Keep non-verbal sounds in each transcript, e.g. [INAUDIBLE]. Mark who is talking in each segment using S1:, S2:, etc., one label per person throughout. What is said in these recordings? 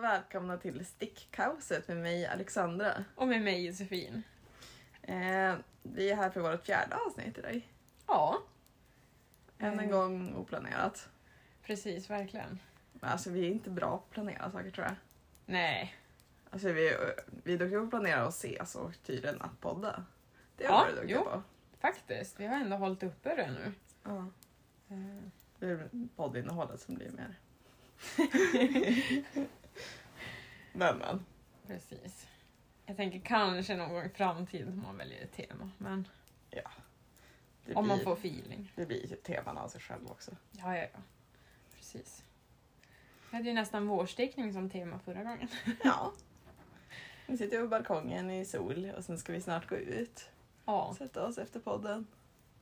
S1: välkomna till Stickkaoset med mig Alexandra.
S2: Och med mig Josefin.
S1: Eh, vi är här för vårt fjärde avsnitt idag.
S2: Ja,
S1: Än en
S2: Mm.
S1: gång oplanerat.
S2: precis, verkligen.
S1: Men alltså vi är inte bra på att planera saker tror jag.
S2: Nej,
S1: Alltså vi, vi är duktiga på att planera och ses och tydligen att podda. Det har
S2: Ja,
S1: vi varit duktiga
S2: jo.
S1: på.
S2: faktiskt. Vi har ändå hållit uppe det nu.
S1: Ja.
S2: Eh,
S1: Det är poddinnehållet som blir
S2: [LAUGHS]
S1: mer. men men.
S2: Precis. Jag tänker kanske någon gång i framtiden om man väljer ett tema. Men
S1: Det
S2: om man
S1: blir-
S2: får feeling.
S1: Det blir typ teman av sig själv också.
S2: Ja, ja, ja. Precis. Vi hade ju nästan vårstickning som tema förra gången.
S1: Ja. Vi sitter på balkongen i sol och sen ska vi snart gå ut.
S2: Ja,
S1: Sätta oss efter podden.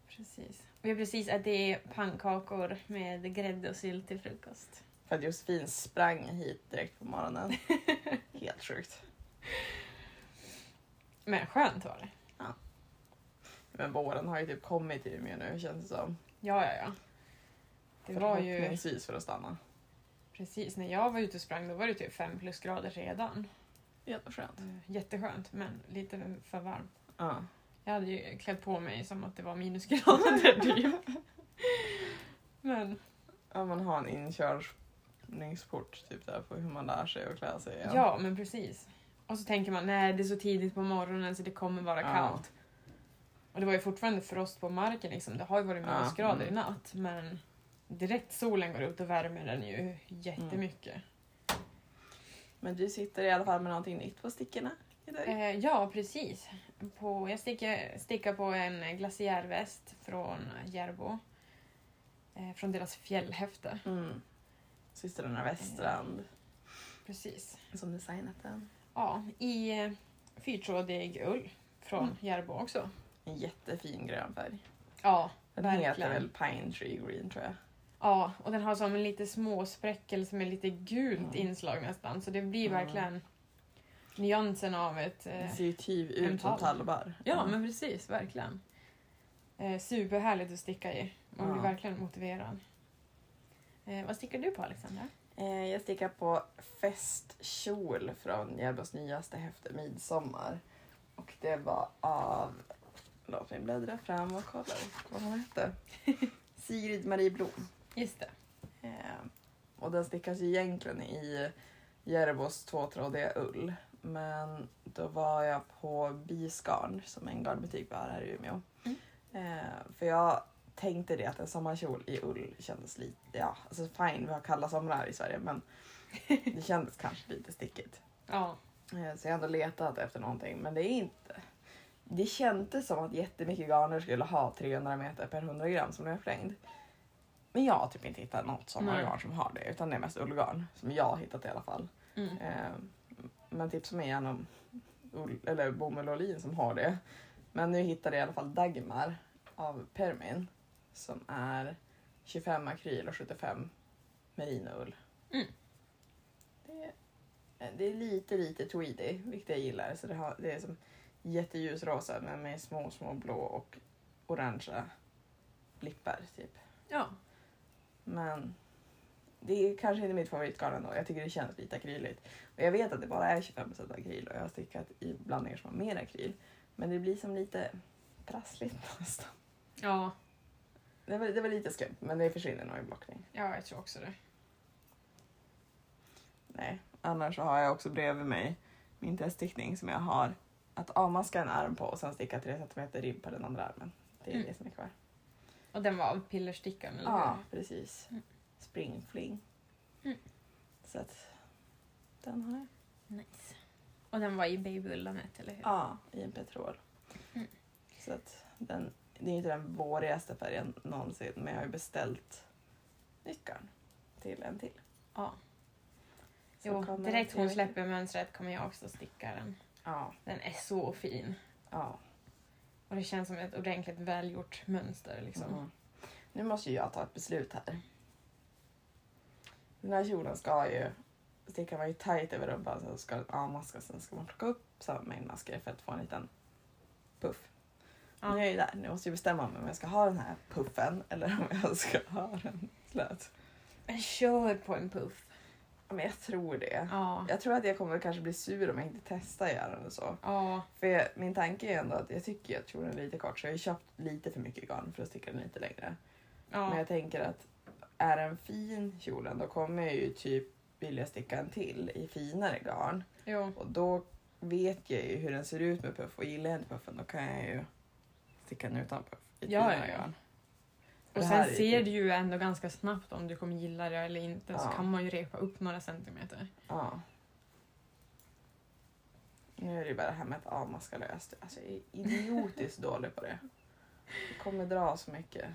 S2: precis. Vi har precis att det är pannkakor med grädde och sylt till frukost.
S1: För att Josefin sprang hit direkt på [LAUGHS] morgonen. Helt sjukt.
S2: Men skönt var det.
S1: Men våren har ju typ kommit till Umeå nu känns det som.
S2: Ja, ja, ja. Det var ju...
S1: Förhoppningsvis för att stanna.
S2: Precis, när jag var ute och sprang då var det typ 5 plus grader redan.
S1: Jätteskönt.
S2: Eh, Jätteskönt, men lite för varmt.
S1: Ja.
S2: Jag hade ju klätt på mig som att det var
S1: [LAUGHS]
S2: minusgrader typ. Men
S1: ja. Man har en inkörningsport typ där på hur man lär sig att klä sig.
S2: ja. men precis. Och så tänker man, nej det är så tidigt på morgonen så det kommer vara
S1: Ja.
S2: kallt. Och det var ju fortfarande frost på marken liksom. Det har ju varit
S1: Ja,
S2: minusgrader
S1: mm.
S2: i natt, men direkt solen går upp och värmer den
S1: Mm.
S2: ju jättemycket.
S1: Men du sitter i alla fall med någonting nytt på stickorna idag.
S2: Eh, ja, precis. På, jag stickar, stickar på en eh, glaciärväst från Järbo. Eh, från deras fjällhäfte.
S1: Mm. Systrarna Westrand
S2: Precis.
S1: Eh. som designat den.
S2: Ja, i eh, fyrtrådig ull från Järbo också.
S1: En jättefin grön färg.
S2: Ja,
S1: Den heter
S2: Verkligen.
S1: väl Pine Tree Green tror jag.
S2: ja, och den har som en lite små spräckel som är lite gult
S1: Mm.
S2: inslag nästan. Så det blir
S1: Mm.
S2: verkligen nyansen av ett... eh,
S1: Den ser ju typ ut
S2: en
S1: som
S2: tall.
S1: talbar.
S2: Ja,
S1: Mm.
S2: men precis. Verkligen. Eh, superhärligt att sticka i. Man blir
S1: Ja.
S2: verkligen motiverad. Eh, vad stickar du på, Alexandra?
S1: Eh, Jag stickar på festkjol från Järbos nyaste häfte Midsommar. Och det var av... Låt mig bläddra fram och kolla vad hon hette. [LAUGHS] Sigrid Marie Blom.
S2: Just det.
S1: Eh, Och den stickas ju egentligen i Järbos tvåtrådiga ull. Men då var jag på Biskarn som är en garnbutik vi har här i Umeå.
S2: Mm.
S1: Eh, För jag tänkte det att en sommarkjol i ull kändes lite, ja alltså fine vi har kalla somrar i Sverige men det kändes kanske lite stickigt.
S2: Ja.
S1: Eh, Så jag har ändå letat efter någonting men det är inte. Det kändes som att jättemycket garner skulle ha 300 meter per 100 gram som nu är förlängd. Men jag har typ inte hittat något sommargarn
S2: Nej.
S1: som har det utan det är mest ullgarn som jag har hittat i alla fall.
S2: Mm.
S1: Eh, Men typ tipsa mig gärna om ull, eller bomull och lin som har det. Men nu hittade jag i alla fall Dagmar av Permin som är 25 akryl och 75 merinoull.
S2: Mm.
S1: Det, är- eh, det är lite, lite tweedy, vilket jag gillar. Så det, har, det är som jätteljus rosa men med små, små blå och orangea blippar typ.
S2: Ja.
S1: Men det är kanske inte mitt favoritgarn ändå. Jag tycker det känns lite akryligt. Och jag vet att det bara är 25% akryl och jag har stickat i blandningar som har mer akryl. Men det blir som lite prassligt [LAUGHS] nästan.
S2: ja.
S1: Det var, det var lite skumt men det försvinner nog i blockning.
S2: Ja, jag tror också det.
S1: Nej, annars så har jag också bredvid mig min teststickning som jag har att avmaska en arm på och sen sticka 3 cm ribb på den andra armen. Det är
S2: Mm.
S1: det som är kvar.
S2: Och den var av pillerstickaren, eller
S1: Ja,
S2: hur?
S1: precis.
S2: Mm.
S1: Springfling.
S2: Mm.
S1: Så att den har jag.
S2: Nice. Och den var i babyullanet, eller hur?
S1: Ja, i en petrol.
S2: Mm.
S1: Så att den, det är inte den vårigaste färgen någonsin men jag har ju beställt nyckeln till en till.
S2: Ja.
S1: Så
S2: Jo,
S1: kommer
S2: direkt
S1: den
S2: hon
S1: till-
S2: släpper mönstret kommer jag också sticka den.
S1: Ja,
S2: Den är så fin.
S1: ja.
S2: Och det känns som ett ordentligt välgjort mönster. Liksom.
S1: Mm. Nu måste ju jag ta ett beslut här. Den här kjolen ska ju sticka mig tight över rumpan, sen ska den avmaskas, sen ska man plocka upp samma mängd masker för att få en liten puff.
S2: Ja.
S1: Nu är jag ju där, nu måste jag bestämma mig om jag ska ha den här puffen eller om jag ska ha den slät.
S2: Men kör på en puff.
S1: Men jag tror det.
S2: Ja.
S1: Jag tror att jag kommer kanske bli sur om jag inte testar göra det så.
S2: Ja.
S1: För jag, min tanke är ändå att jag tycker ju att kjolen är lite kort så jag har ju köpt lite för mycket garn för att sticka den lite längre. Men
S2: Ja.
S1: jag tänker att är den fin kjolen då kommer jag ju typ vilja sticka en till i finare garn.
S2: Jo.
S1: Och då vet jag ju hur den ser ut med puff och gillar jag inte puffen då kan jag ju sticka den utan puff i
S2: Ja,
S1: finare
S2: ja.
S1: garn.
S2: Och
S1: Det här
S2: sen
S1: är
S2: ser
S1: ju- typ-
S2: du ju ändå ganska snabbt om du kommer gilla det eller inte så
S1: Ja.
S2: kan man ju repa upp några centimeter.
S1: Ja. Nu är det ju bara det här med att ama ska löst. Alltså jag är idiotiskt [LAUGHS] dålig på det. Det kommer dra så mycket.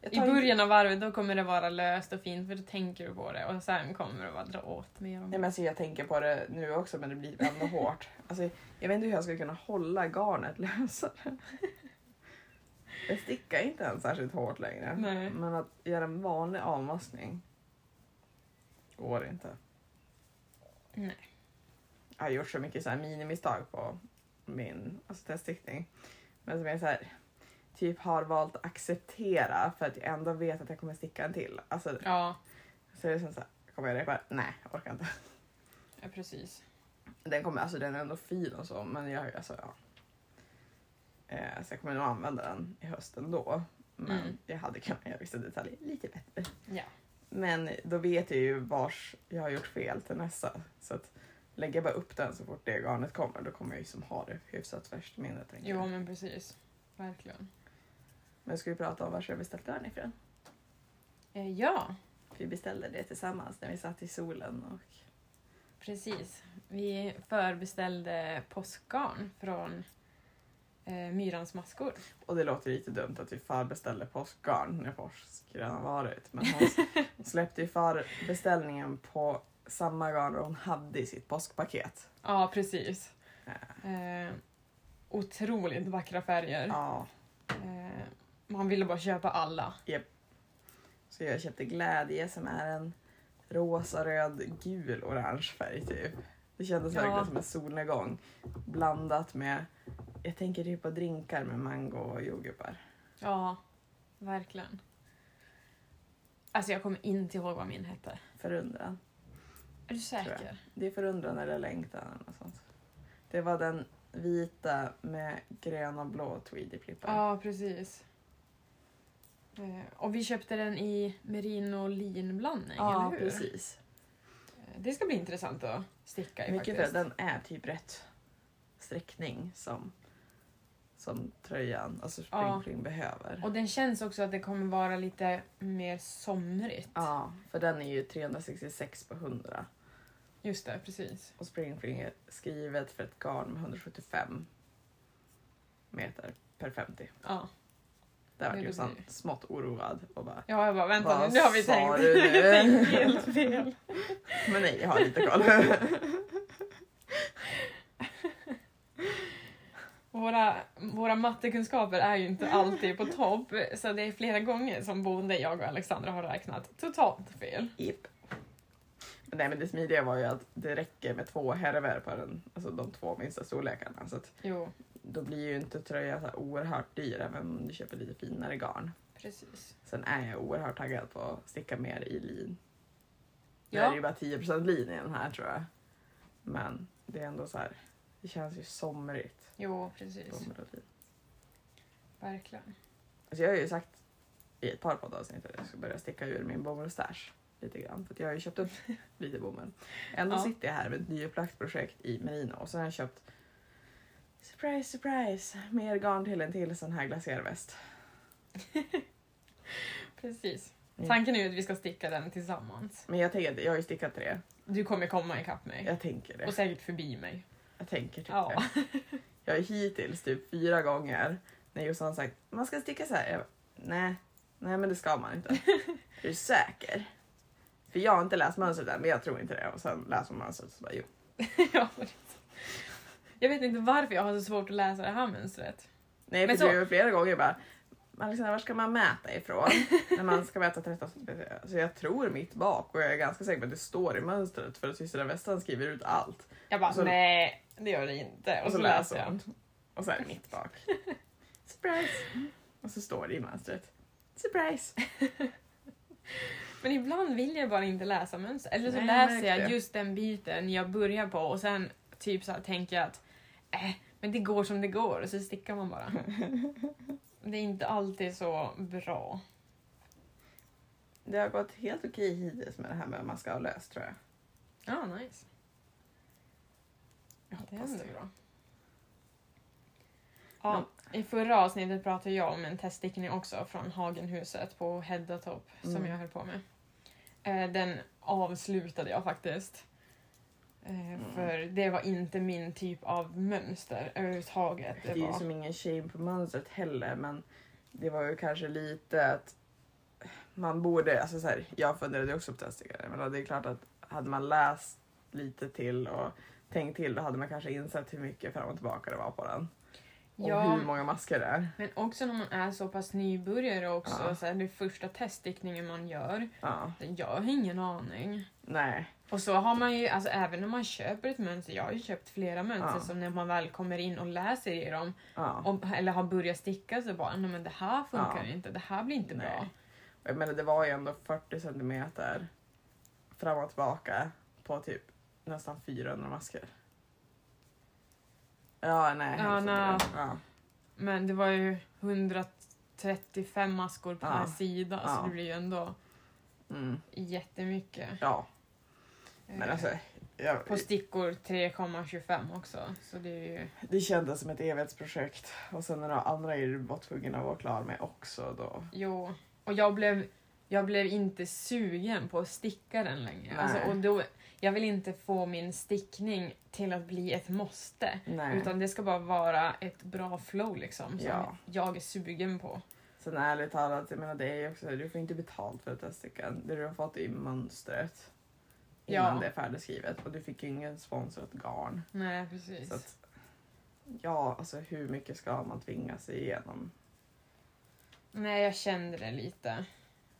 S1: Jag
S2: I
S1: tar inte-
S2: början av varvet då kommer det vara löst och fint för då tänker du på det och sen kommer det bara dra åt mer och
S1: Nej,
S2: mer.
S1: men alltså, jag tänker på det nu också men det blir
S2: [LAUGHS]
S1: ändå hårt. Alltså, jag vet inte hur jag ska kunna hålla garnet [LAUGHS] lösare. Jag stickar inte ens särskilt hårt längre.
S2: Nej.
S1: Men att göra en vanlig avmaskning går inte.
S2: Nej.
S1: Jag har gjort så mycket så här minimisstag på min alltså, teststickning. Men som jag så här, typ har valt att acceptera för att jag ändå vet att jag kommer sticka en till. Alltså,
S2: Ja,
S1: så är det som så här, kommer jag repa? Nej, jag orkar inte.
S2: ja, precis.
S1: Den, kommer, alltså, den är ändå fin och så, men jag, alltså, ja. Eh, så jag kommer nog använda den i höst ändå. Men
S2: Mm.
S1: jag hade kunnat göra vissa detaljer lite bättre.
S2: Ja.
S1: Men då vet jag ju vars jag har gjort fel till nästa. Så att lägger jag bara upp den så fort det garnet kommer då kommer jag ju som ha det hyfsat färskt i minnet. tänker
S2: Jo
S1: jag.
S2: men precis. Verkligen.
S1: Men ska vi prata om vars jag beställt garn ifrån?
S2: Eh, ja,
S1: Vi beställde det tillsammans när vi satt i solen och
S2: precis. Vi förbeställde påskgarn från eh, Myrans maskor.
S1: Och det låter lite dumt att vi far beställde påskgarn när påsk redan har varit. Men hon s- släppte ju far beställningen på samma garn hon hade i sitt påskpaket.
S2: Ja, precis. Eh, otroligt vackra färger.
S1: Ja.
S2: Eh, man ville bara köpa alla.
S1: Så jag köpte glädje som är en rosa, röd, gul, orange färg typ. Det kändes
S2: Ja.
S1: verkligen som en solnedgång. Blandat med, jag tänker typ på drinkar med mango och jordgubbar.
S2: Ja, verkligen. Alltså jag kommer inte ihåg vad min hette.
S1: Förundran.
S2: Är du
S1: jag.
S2: säker?
S1: Det är förundran eller längtan eller något sånt. Det var den vita med gröna och blå tweedyplippar.
S2: Ja, precis. Eh, och vi köpte den i merino-linblandning,
S1: Ja,
S2: eller hur?
S1: precis.
S2: Eh, Det ska bli intressant att sticka i
S1: Mycket
S2: faktiskt.
S1: för den är typ rätt sträckning som, som tröjan, alltså
S2: Ja.
S1: springfling behöver.
S2: Och den känns också att det kommer vara lite mer somrigt.
S1: Ja, för den är ju 366 på 100
S2: Just det, precis.
S1: och springfling är skrivet för ett garn med 175 meter per 50.
S2: Ja.
S1: Där var
S2: Ja, det
S1: Jossan
S2: blir-
S1: smått oroad och bara
S2: ja, jag bara vänta
S1: Vad
S2: nu, nu har vi
S1: sa
S2: [LAUGHS] tänkt.
S1: du nu?
S2: Vi tänkte helt fel.
S1: Men nej, jag har lite koll. [LAUGHS]
S2: Våra, våra mattekunskaper är ju inte alltid på topp, så det är flera gånger som både jag och Alexandra har räknat totalt fel.
S1: Jipp. Men Nej men det smidiga var ju att det räcker med två härvor på den, alltså de två minsta storlekarna. Så att
S2: Jo,
S1: då blir ju inte tröjan så här oerhört dyr även om du köper lite finare garn.
S2: precis.
S1: Sen är jag oerhört taggad på att sticka mer i lin. Nu
S2: Ja.
S1: är det ju bara 10% lin i den här tror jag. Men det är ändå så här, det känns ju somrigt.
S2: Jo, precis.
S1: Bomull och lin.
S2: Verkligen.
S1: Alltså jag har ju sagt i ett par poddavsnitt att jag ska börja sticka ur min bomullsstash lite grann. För att jag har ju köpt upp [LAUGHS] lite bomull. Ändå
S2: Ja.
S1: sitter jag här med ett nyupplagt projekt i merino och sen har jag köpt Surprise, surprise! Mer garn till en till sån här glaciärväst.
S2: precis.
S1: Mm.
S2: Tanken är ju att vi ska sticka den tillsammans.
S1: Men jag tänker att jag har ju stickat tre.
S2: Du kommer komma ikapp mig.
S1: Jag tänker
S2: Och
S1: det.
S2: säkert förbi mig. [LAUGHS]
S1: Jag tänker typ
S2: Ja.
S1: det. Jag har hittills typ fyra gånger när Jossan har sagt man ska sticka så här. Jag bara, nej, nej men det ska man
S2: [LAUGHS]
S1: inte. är du säker? För jag har inte läst mönstret än men jag tror inte det. Och sen läser man mönstret och så bara jo.
S2: Ja, precis. jag vet inte varför jag har så svårt att läsa det här mönstret.
S1: Nej
S2: Men
S1: för
S2: så-
S1: du har flera gånger bara Alexandra, var ska man mäta ifrån? [LAUGHS] När man ska mäta 13 Så jag tror mitt bak och jag är ganska säker på att det står i mönstret för att systern Westan skriver ut allt.
S2: Jag bara,
S1: Och så-
S2: nej, det gör det inte.
S1: Och så
S2: läser
S1: läser hon. Och så är det mitt
S2: [LAUGHS]
S1: bak. Surprise! Och så står det i mönstret. Surprise!
S2: Men ibland vill jag bara inte läsa mönster. Eller så
S1: Nej, jag
S2: läser
S1: märker
S2: jag
S1: det.
S2: just den biten jag börjar på och sen typ så här tänker jag att äh, men det går som det går och så stickar man bara. det är inte alltid så bra.
S1: Det har gått helt okej hittills med det här med vad man ska ha löst tror jag.
S2: Ja, ah, nice.
S1: Jag
S2: Det är
S1: hoppas
S2: ändå
S1: det.
S2: bra. Ja, I förra avsnittet pratade jag om en teststickning också från Hagenhuset på Heddatorp som
S1: Mm.
S2: jag höll på med. Eh, Den avslutade jag faktiskt. Eh,
S1: Mm.
S2: För det var inte min typ av mönster överhuvudtaget.
S1: Det är
S2: Det
S1: ju
S2: var,
S1: som ingen shame på mönstret heller men det var ju kanske lite att man borde, alltså så här, jag funderade också på testikare men det är klart att hade man läst lite till och tänkt till då hade man kanske insett hur mycket fram och tillbaka det var på den. Och
S2: ja,
S1: hur många masker det är.
S2: men också när man är så pass nybörjare också,
S1: Ja.
S2: så här, det är första teststickningen man gör.
S1: Ja,
S2: Jag har ingen aning.
S1: nej.
S2: Och så har man ju, alltså även när man köper ett mönster, jag har ju köpt flera mönster
S1: Ja.
S2: som när man väl kommer in och läser i dem,
S1: Ja.
S2: om, eller har börjat sticka så bara, nej men det här
S1: Ja.
S2: funkar inte, det här blir inte bra.
S1: Nej. Och Jag menar det var ju ändå 40 centimeter fram och tillbaka på typ nästan 400 masker. Ja, nej.
S2: Ja,
S1: hälften
S2: nej.
S1: till det. Ja.
S2: Men det var ju 135 maskor per
S1: Ja.
S2: sida,
S1: Ja.
S2: så det blir ju ändå
S1: Mm.
S2: jättemycket.
S1: ja, men
S2: Eh,
S1: alltså. Jag,
S2: På stickor 3,25 också, så det är ju...
S1: det kändes som ett evighetsprojekt och sen några andra grejer du var tvungen att vara klar med också då.
S2: Jo, och jag blev, jag blev inte sugen på att sticka den längre. Alltså,
S1: Nej.
S2: och då, jag vill inte få min stickning till att bli ett måste.
S1: Nej.
S2: Utan det ska bara vara ett bra flow liksom, som
S1: Ja.
S2: jag är sugen på.
S1: Sen ärligt talat, jag menar det är ju också, du får inte betalt för teststickan. Det du har fått är ju mönstret innan
S2: Ja.
S1: det är färdigskrivet och du fick ju ingen sponsrat garn.
S2: Nej, precis.
S1: Så att, ja, alltså hur mycket ska man tvinga sig igenom?
S2: Nej, jag kände det lite.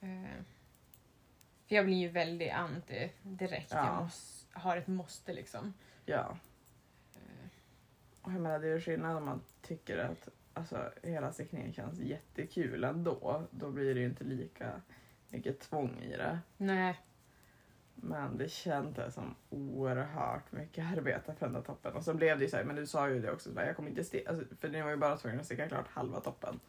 S2: Eh, För jag blir ju väldigt anti direkt. Jag
S1: Ja.
S2: måste, har ett måste liksom.
S1: Ja,
S2: Eh,
S1: och jag menar det är ju skillnad om man tycker att alltså, hela stickningen känns jättekul ändå. Då blir det ju inte lika mycket tvång i det.
S2: Nej,
S1: Men det kändes som oerhört mycket arbete för den där toppen. Och så blev det ju så här, men du sa ju det också, så här, jag kommer inte sticka, alltså, för ni var ju bara tvungna att sticka klart halva toppen.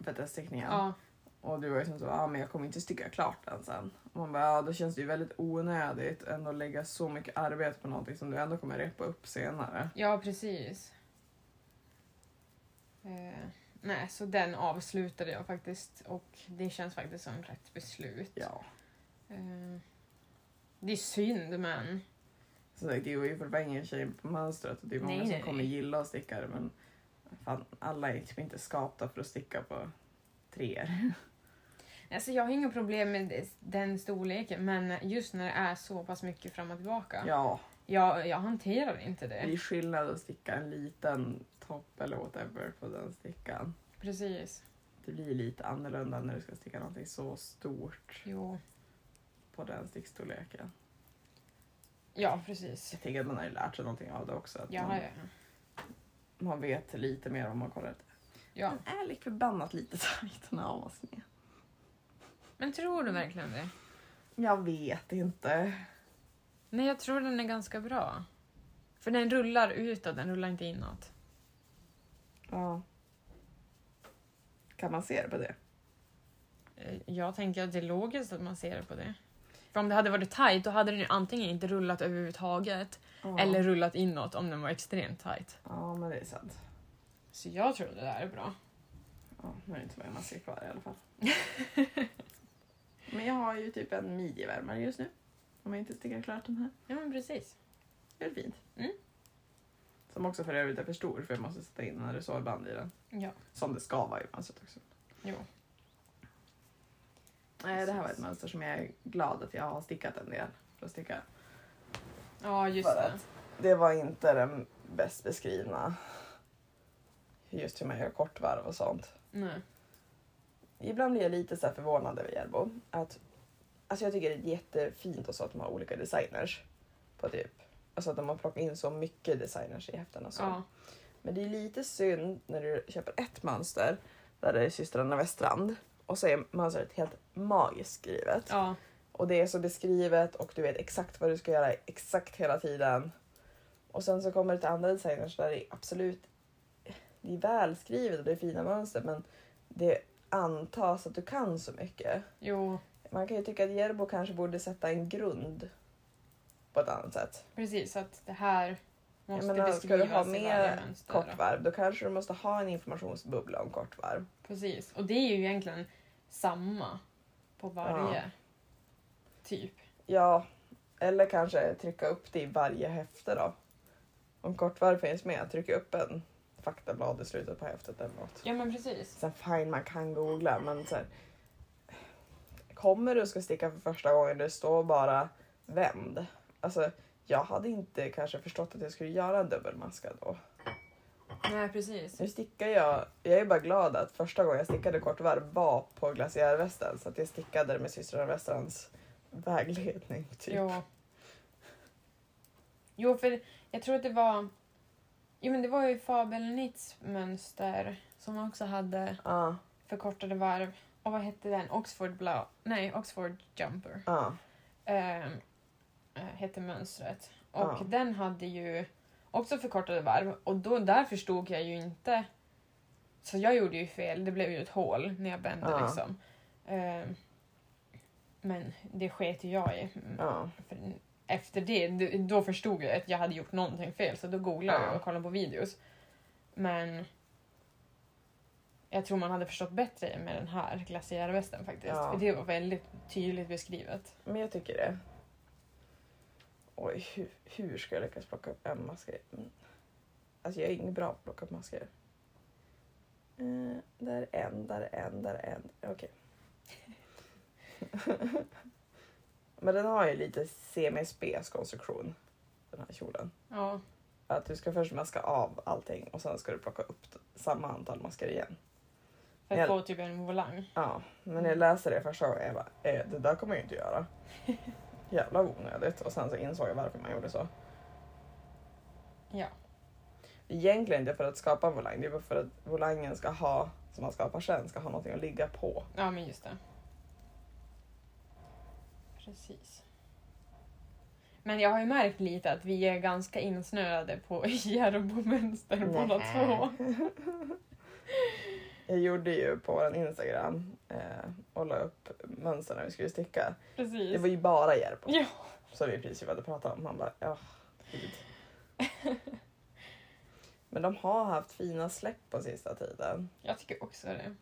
S1: För teststickningen.
S2: ja.
S1: Och du var ju som så, ja ah, men jag kommer inte sticka klart den sen. Och man bara, ja då känns det ju väldigt onödigt ändå att lägga så mycket arbete på någonting som du ändå kommer repa upp senare.
S2: Ja, precis. Eh, nej, så den avslutade jag faktiskt och det känns faktiskt som rätt beslut.
S1: Ja.
S2: Eh, det är synd, men
S1: Så det det går ju för ingen tjej på mönstret och det är många
S2: Nej,
S1: som
S2: nej,
S1: kommer
S2: nej.
S1: gilla att sticka det men fan, alla är typ inte skapta för att sticka på treor.
S2: alltså, jag har inga problem med den storleken, men just när det är så pass mycket fram och tillbaka.
S1: Ja,
S2: Jag, jag hanterar inte
S1: det
S2: det.
S1: är skillnad att sticka en liten topp eller whatever på den stickan.
S2: Precis.
S1: Det blir lite annorlunda när du ska sticka någonting så stort
S2: Jo.
S1: på den stickstorleken.
S2: Ja, precis.
S1: Jag tänker att man har ju lärt sig någonting av det också. Att man,
S2: Ja, ja.
S1: man vet lite mer om man kollar efter.
S2: ja.
S1: Den är lik förbannat lite tajt den här avsnittet.
S2: Men tror du verkligen det?
S1: Jag vet inte.
S2: Nej, jag tror den är ganska bra. För den rullar utåt, den rullar inte inåt.
S1: Ja. Kan man se det på det?
S2: Eh, Jag tänker att det är logiskt att man ser det på det. För om det hade varit tight då hade den ju antingen inte rullat överhuvudtaget
S1: Ja.
S2: eller rullat inåt om den var extremt tight.
S1: Ja, men det är sant.
S2: Så jag tror det där är bra.
S1: Ja, nu är det inte många masker kvar i alla [LAUGHS] fall. men jag har ju typ en midjevärmare just nu. Om jag inte stickar klart den här.
S2: Ja men precis.
S1: Det är fint.
S2: Mm.
S1: Som också för övrigt är för stor för jag måste sätta in en resårband i den.
S2: Ja.
S1: Som det ska vara i mönstret också.
S2: Jo.
S1: Nej, det här var ett mönster som jag är glad att jag har stickat en del. För att sticka.
S2: Ja just
S1: För
S2: det.
S1: att det var inte den bäst beskrivna. Just hur man gör kortvarv och sånt.
S2: Nej.
S1: Ibland blir jag lite så här förvånad över Järbo. Att, alltså jag tycker det är jättefint och så att de har olika designers. På typ. Alltså att de har plockat in så mycket designers i häftena. Så.
S2: Ja.
S1: Men det är lite synd när du köper ett mönster där det är systrarna Westrand och så är mönstret helt magiskt skrivet.
S2: Ja.
S1: Och det är så beskrivet och du vet exakt vad du ska göra exakt hela tiden. Och sen så kommer det till andra designers där det är absolut det är välskrivet och det är fina mönster men det antas att du kan så mycket.
S2: Jo,
S1: Man kan ju tycka att Jerbo kanske borde sätta en grund på ett annat sätt.
S2: precis. Så att det här måste
S1: Jag menar, ska du ha
S2: beskrivas i varje
S1: med
S2: mönster.
S1: kortvarv då kanske du måste ha en informationsbubbla om kortvarv.
S2: Precis. Och det är ju egentligen samma på varje. Typ.
S1: Ja, eller kanske trycka upp det i varje häfte då. Om kortvarv finns med, trycka upp en faktablad i slutet på häftet eller något.
S2: Ja men precis.
S1: Sen fine, man kan googla men så här, Kommer du och ska sticka för första gången, det står bara vänd. Alltså, jag hade inte kanske förstått att jag skulle göra en dubbelmaska då.
S2: Nej precis.
S1: Nu stickar jag, jag är bara glad att första gången jag stickade kortvarv var på glaciärvästen så att jag stickade med systrarna Västerns vägledning. Typ.
S2: Jo. Jo för jag tror att det var Jo men det var ju Fabel Nitz mönster som också hade
S1: Ja,
S2: förkortade varv. Och vad hette den? Oxford Blau? Nej, Oxford Jumper.
S1: ja.
S2: Eh, eh, hette mönstret. Och
S1: Ja.
S2: den hade ju också förkortade varv och då, där förstod jag ju inte. Så jag gjorde ju fel, det blev ju ett hål när jag bände
S1: Ja.
S2: liksom. Eh, men det sket ju jag i.
S1: Ja,
S2: För efter det, d- då förstod jag att jag hade gjort någonting fel så då googlade jag
S1: Ja.
S2: och kollade på videos. Men jag tror man hade förstått bättre med den här glaciärvästen faktiskt.
S1: Ja.
S2: För det var väldigt tydligt beskrivet.
S1: men jag tycker det. Oj, hur, hur ska jag lyckas plocka upp en masker? Mm. Alltså jag är ingen bra på att plocka upp masker. Eh, där är en, där är en, där är en. Okej. [LAUGHS] men den har ju lite semispes konstruktion, den här kjolen.
S2: Ja,
S1: Att du ska först maska av allting och sen ska du plocka upp t- samma antal masker igen.
S2: för att
S1: Jag-
S2: få typ en volang.
S1: Ja, men när jag läste det första gången jag bara, eh, det där kommer jag inte
S2: [LAUGHS]
S1: göra. Jävla onödigt. Och sen så insåg jag varför man gjorde så.
S2: Ja.
S1: Egentligen inte för att skapa en volang, det är bara för att volangen ska ha, som man skapar sen, ska ha någonting att ligga på.
S2: ja, men just det. Precis. Men jag har ju märkt lite att vi är ganska insnöade på [LAUGHS] Järbo-mönster båda
S1: Nej.
S2: två.
S1: Jag gjorde ju på vår Instagram eh, och la upp mönster när vi skulle sticka.
S2: Precis.
S1: Det var ju bara Järbo
S2: Ja.
S1: som vi precis hade pratat om. Man bara, ja,
S2: [LAUGHS]
S1: gud. Men de har haft fina släpp på sista tiden.
S2: Jag tycker också det.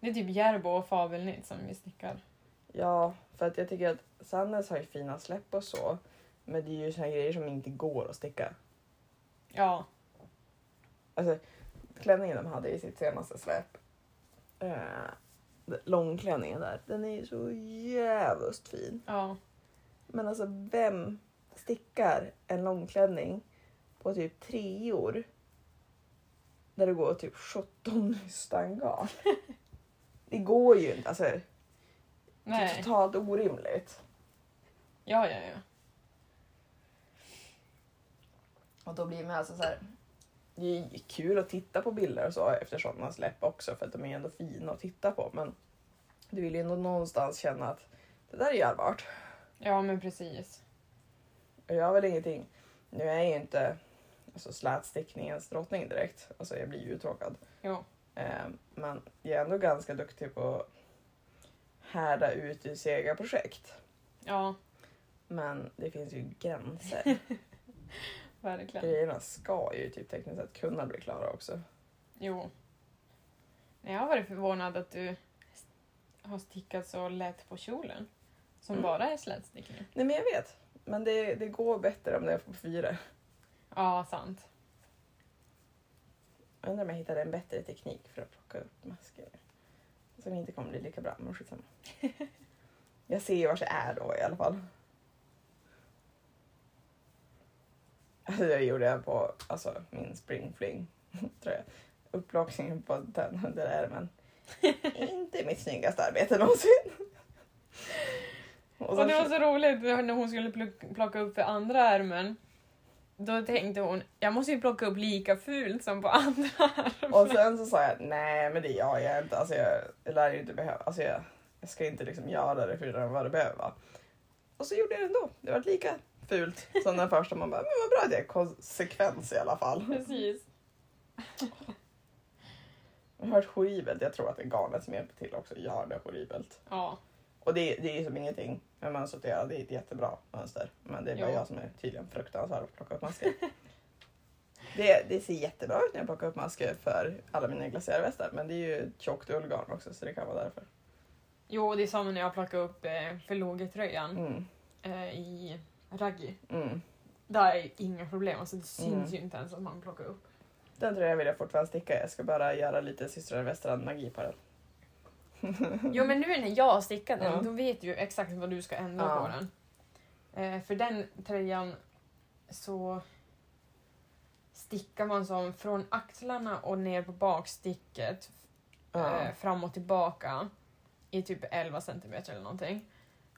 S2: Det är typ Järbo och Fabelnytt som vi snickar.
S1: Ja, för att jag tycker att Sannes har ju fina släpp och så. Men det är ju såna grejer som inte går att sticka.
S2: Ja,
S1: Alltså klänningen de hade i sitt senaste släpp. Eh, långklänningen där. Den är ju så jävligt fin.
S2: ja,
S1: Men alltså vem stickar en långklänning på typ treor? Där det går typ 17 nystan garn. [LAUGHS] Det går ju inte. Alltså, det är
S2: nej.
S1: totalt orimligt.
S2: Typ Ja, ja, ja.
S1: Och då blir man alltså så här. Det är ju kul att titta på bilder och så efter sådana släpp också för att de är ändå fina att titta på. Men du vill ju ändå någonstans känna att det där är görbart.
S2: Ja, men precis.
S1: Och jag har väl ingenting. Nu är jag ju inte alltså, slätstickningens drottning direkt. Alltså jag blir ju uttråkad.
S2: Jo,
S1: Eh, men jag är ändå ganska duktig på att härda ut i sega projekt.
S2: ja,
S1: Men det finns ju [LAUGHS] gränser.
S2: verkligen.
S1: Grejerna ska ju typ tekniskt sett kunna bli klara också.
S2: Jo. Nej, jag har varit förvånad att du st- har stickat så lätt på kjolen. Som
S1: Mm.
S2: bara är slätstickning.
S1: Nej men jag vet. Men det, det går bättre om det är på fyra.
S2: Ja, sant.
S1: Jag undrar om jag hittade en bättre teknik för att plocka upp masker. Som inte kommer bli lika bra, men skitsamma. Jag ser ju vart det är då i alla fall. Alltså, Jag gjorde det på alltså, min springfling, [LAUGHS] tror jag. Upplockningen på den under ärmen. inte mitt snyggaste arbete någonsin. Och
S2: Och
S1: sen-
S2: det var så roligt när hon skulle plock- plocka upp för andra ärmen. Då tänkte hon, jag måste ju plocka upp lika fult som på andra [LAUGHS]
S1: Och sen så sa jag nej men det gör jag inte. Alltså jag lär ju inte behöva. Alltså jag, jag ska inte liksom göra det för än vad det behöver vara. Och så gjorde jag det ändå. Det var lika fult som den första. Man bara, men vad bra att det är konsekvens i alla fall.
S2: Precis.
S1: Jag har hört horribelt. Jag tror att det är garnet som hjälper till också. Gör det horribelt.
S2: Ja.
S1: Och det, det är ju som ingenting med mönstret att göra. Det är ett jättebra mönster. Men det är bara
S2: Jo.
S1: jag som är tydligen fruktansvärd på att plocka upp masker. [LAUGHS] det, det ser jättebra ut när jag plockar upp masker för alla mina glaciärvästar. Men det är ju ett tjockt ullgarn också så det kan vara därför.
S2: Jo, det är samma när jag plockade upp eh, förlogetröjan
S1: Mm.
S2: eh, i Raggi.
S1: Mm.
S2: Där är inga problem, alltså det syns
S1: Mm.
S2: ju inte ens att man plockar upp.
S1: Den tröjan vill jag fortfarande sticka. Jag ska bara göra lite systrarna Westerland-magi på
S2: Äh,
S1: den.
S2: [LAUGHS] Jo men nu när jag stickar den,
S1: Ja.
S2: då vet ju exakt vad du ska ändra
S1: Ja.
S2: på den. Eh, för den tröjan så stickar man som från axlarna och ner på baksticket
S1: Ja.
S2: eh, fram och tillbaka i typ 11 centimeter eller någonting.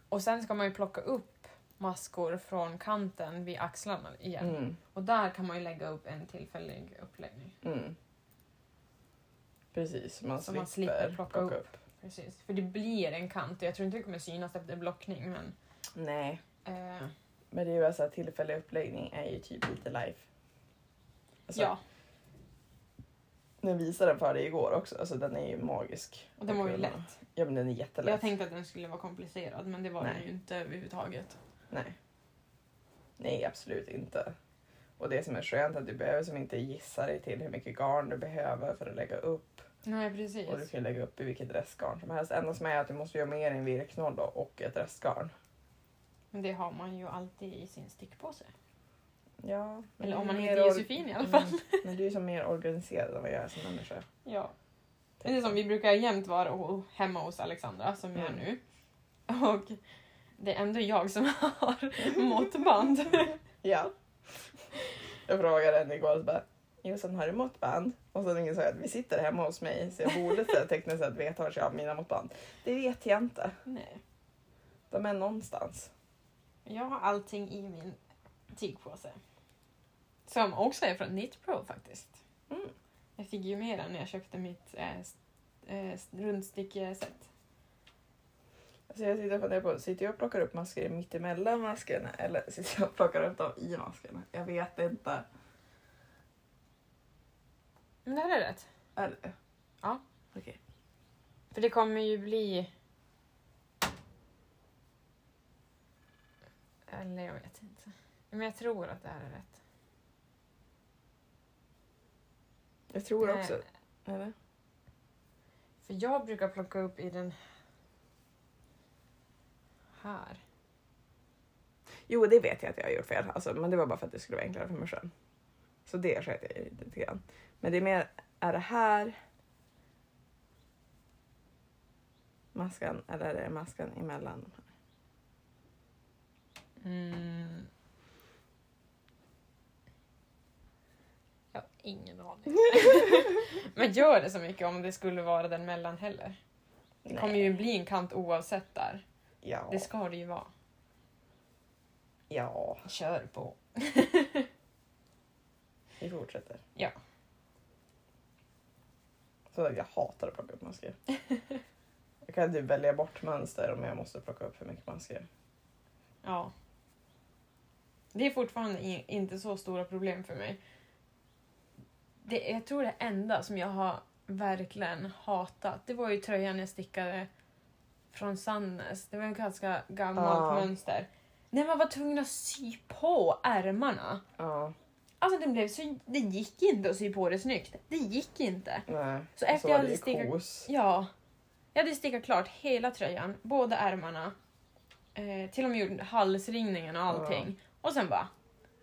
S2: Och sen ska man ju plocka upp maskor från kanten vid axlarna igen.
S1: Mm.
S2: Och där kan man ju lägga upp en tillfällig uppläggning.
S1: Mm. Precis, man
S2: Så
S1: slipper,
S2: man slipper plocka upp.
S1: upp.
S2: Precis. För det blir en kant, jag tror inte det kommer synas efter blockning men
S1: Nej,
S2: eh,
S1: men det är ju alltså tillfällig uppläggning är ju typ lite life. Alltså,
S2: ja.
S1: Jag visade den för dig igår också, alltså den är ju magisk.
S2: Och den var ju lätt.
S1: Ja men den är jättelätt.
S2: Jag tänkte att den skulle vara komplicerad men det var den
S1: Nej.
S2: ju inte överhuvudtaget.
S1: Nej. Nej absolut inte. Och det som är skönt är att du behöver som inte gissa dig till hur mycket garn du behöver för att lägga upp.
S2: Nej
S1: Och du
S2: precis.
S1: kan lägga upp i vilket restgarn som helst. enda som är att du måste göra med dig en virknoll då och ett restgarn.
S2: Men det har man ju alltid i sin stickpåse.
S1: Ja. men
S2: Eller
S1: du
S2: om
S1: är
S2: man
S1: mer
S2: heter
S1: or-
S2: Josefin i alla fall. [LAUGHS]
S1: Mm, men du är som mer organiserad än vad jag är som människa.
S2: Ja. Men det är som vi brukar jämt vara ho- hemma hos Alexandra som jag är
S1: Mm.
S2: nu. Och det är ändå jag som [LAUGHS]
S1: [LAUGHS]
S2: har måttband.
S1: Ja. Jag frågade henne igår och så bara, Jossan har du måttband? Och så ingen sa jag att vi sitter hemma hos mig så jag borde så här, tekniskt sett veta vart jag har mina måttband. Det vet jag inte.
S2: Nej.
S1: De är någonstans.
S2: Jag har allting i min tygpåse. Som också är från Knit Pro faktiskt.
S1: Mm.
S2: Jag fick ju med den när jag köpte mitt eh, st- eh, st- rundstickeset.
S1: Alltså jag sitter och funderar på, sitter jag och plockar upp masker mitt emellan maskerna eller sitter jag och plockar upp dem i maskerna? Jag vet inte.
S2: Men det här är rätt.
S1: Eller?
S2: Ja.
S1: Okej.
S2: För det kommer ju bli... Eller jag vet inte. Men jag tror att det här är rätt.
S1: Jag tror
S2: Nej.
S1: också... Eller?
S2: För jag brukar plocka upp i den här.
S1: Jo, det vet jag att jag har gjort fel. Alltså, men det var bara för att det skulle vara enklare för mig själv. Så det sket jag i lite grann. Men det är mer, är det här maskan eller är det maskan emellan? de här?
S2: Mm. Jag har ingen aning. [LAUGHS] Men gör det så mycket om det skulle vara den mellan heller. Det kommer ju bli en kant oavsett där.
S1: Ja.
S2: Det ska det ju vara.
S1: ja,
S2: Kör på.
S1: vi fortsätter.
S2: Ja.
S1: Så jag hatar att plocka upp
S2: [LAUGHS]
S1: masker. Jag kan typ välja bort mönster om jag måste plocka upp för mycket masker.
S2: Ja. Det är fortfarande i- inte så stora problem för mig. Det, jag tror det enda som jag har verkligen hatat, det var ju tröjan jag stickade från Sannes. Det var ett ganska gammalt
S1: Ja.
S2: mönster. När man var tvungen att sy på ärmarna.
S1: Ja,
S2: Alltså det, blev så, det gick inte att sy på det snyggt. Det gick inte.
S1: nej.
S2: Så
S1: Och
S2: efter
S1: var
S2: jag
S1: det
S2: hade
S1: ju
S2: stickat
S1: kos.
S2: Ja. Jag hade stickat klart hela tröjan, båda ärmarna. Eh, till och med gjort halsringningen och allting. Och sen bara,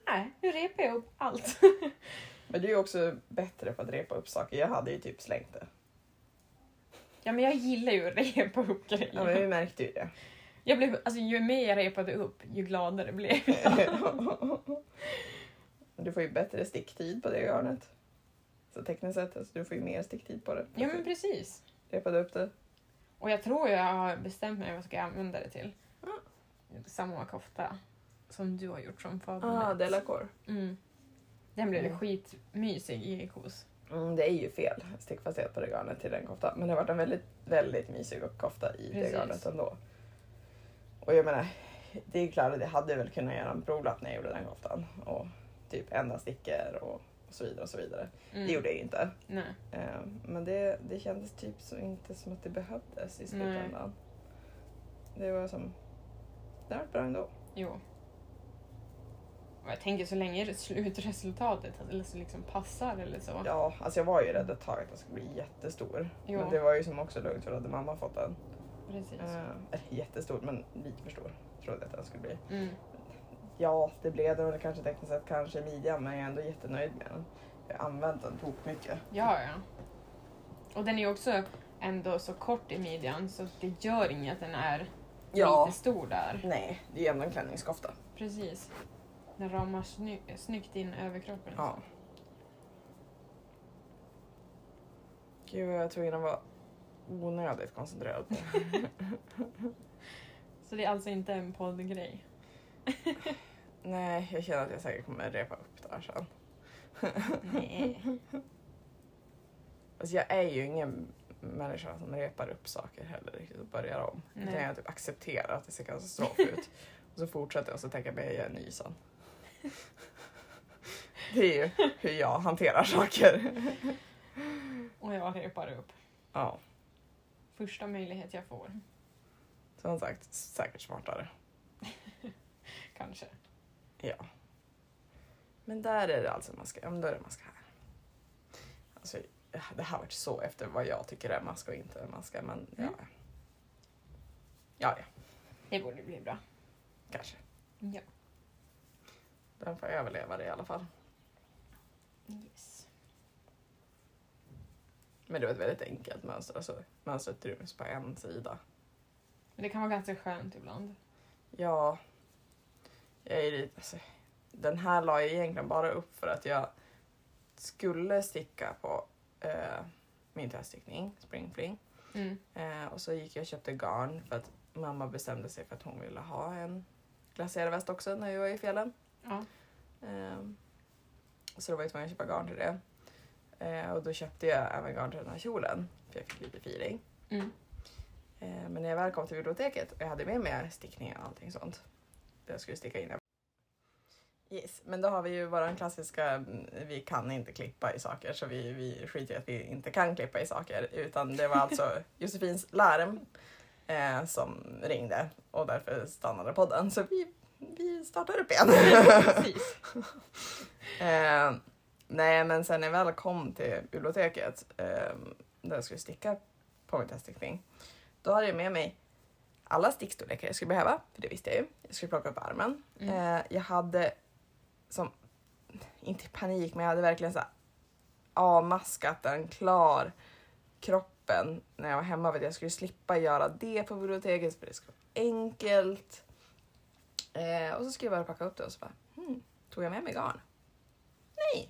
S2: nej, nu repar jag upp allt. [LAUGHS]
S1: Men du är också bättre på att repa upp saker. Jag hade ju typ slängt det.
S2: ja men jag gillar ju att repa upp
S1: Ja,
S2: grejer.
S1: men vi märkte ju det.
S2: [LAUGHS] jag blev, alltså, ju mer jag repade upp, ju gladare
S1: [LAUGHS]
S2: blev jag.
S1: du får ju bättre sticktid på det garnet. Så tekniskt sett, alltså, du får ju mer sticktid på det.
S2: ja men precis.
S1: Repade upp det.
S2: Och jag tror jag har bestämt mig vad jag ska använda det till.
S1: Ah,
S2: Samma kofta som du har gjort som förberedelse.
S1: Delacour.
S2: Mm. Den blev
S1: Mm.
S2: skitmysig i kos.
S1: Mm, det är ju fel stickfasthet på det garnet till den koftan. Men det har varit en väldigt, väldigt mysig kofta i
S2: Precis.
S1: det garnet ändå. Och jag menar, det är klart att jag hade väl kunnat göra en provlapp när jag gjorde den koftan. Och typ ändra stickor och, och så vidare och så vidare.
S2: Mm.
S1: Det gjorde jag ju inte.
S2: Nej.
S1: Eh, Men det, det kändes typ så inte som att det behövdes i slutändan. Det var som... Det var bra ändå.
S2: Jo. Och jag tänker så länge slutresultatet eller så liksom passar eller så.
S1: Ja, alltså jag var ju rädd ett tag att den skulle bli jättestor.
S2: Jo.
S1: Men det var ju som också lugnt för då hade mamma fått den.
S2: Precis.
S1: Eh, eller jättestor, men lite för stor trodde jag att den skulle bli.
S2: Mm.
S1: Ja, det blev den väl kanske tekniskt sett kanske i midjan, men jag är ändå jättenöjd med den. Jag har använt den tok mycket.
S2: Ja, ja. Och den är ju också ändå så kort i midjan så det gör inget att den är lite stor där.
S1: Nej, det är ju ändå en klänningskofta.
S2: Precis. Den ramar sny- snyggt in över kroppen.
S1: Ja. Gud, vad jag tror att den var onödigt koncentrerad på det.
S2: Så det är alltså inte
S1: [LAUGHS]
S2: en poddgrej.
S1: Nej, jag känner att jag säkert kommer repa upp där sen.
S2: Nej.
S1: Alltså jag är ju ingen människa som repar upp saker heller riktigt och börjar om.
S2: Nej.
S1: Utan jag typ accepterar att det ser katastrof ut. Och så fortsätter jag och så tänker jag men jag gör en ny sen. Det är ju hur jag hanterar saker.
S2: Och jag repar upp.
S1: Ja,
S2: Första möjlighet jag får,
S1: som sagt, säkert smartare.
S2: kanske.
S1: Ja. Men där är det alltså maska. Ja, men då är det maska här. Alltså, det här har varit så efter vad jag tycker är maska och inte är maska. Men
S2: Mm.
S1: ja. ja, ja,
S2: Det borde bli bra.
S1: kanske.
S2: Ja.
S1: Den får överleva det i alla fall. Mm.
S2: Yes.
S1: Men det var ett väldigt enkelt mönster. Alltså, mönstret ryms på en sida.
S2: Men det kan vara ganska skönt ibland.
S1: Ja, jag är lite... Alltså, den här la jag egentligen bara upp för att jag skulle sticka på eh, min teststickning, spring fling.
S2: Mm.
S1: Eh, och så gick jag och köpte garn för att mamma bestämde sig för att hon ville ha en glaserad väst också när vi var i fjällen.
S2: Ja.
S1: Eh, så då var jag tvungen att köpa garn till det. Eh, och då köpte jag även garn till den här kjolen för jag fick lite feeling.
S2: Mm.
S1: Eh, men när jag väl kom till biblioteket och jag hade med mig stickningar och allting sånt. Det jag skulle sticka in. Yes, men då har vi ju våran klassiska, mm, vi kan inte klippa i saker så vi, vi skiter i att vi inte kan klippa i saker. Utan det var alltså Josefins larm eh, som ringde och därför stannade podden. Så vi, vi startar upp igen.
S2: Precis.
S1: [LAUGHS] Eh, nej, men sen när jag väl kom till biblioteket eh, där jag skulle sticka på min teststickning, då hade jag med mig alla stickstorlekar jag skulle behöva, för det visste jag ju. Jag skulle plocka upp armen.
S2: Mm.
S1: Eh, jag hade som, inte i panik, men jag hade verkligen så här avmaskat den klar kroppen när jag var hemma för att jag skulle slippa göra det på biblioteket för det skulle vara enkelt. Eh, och så skulle jag bara packa upp det och så bara, hmm, tog jag med mig garn? Nej,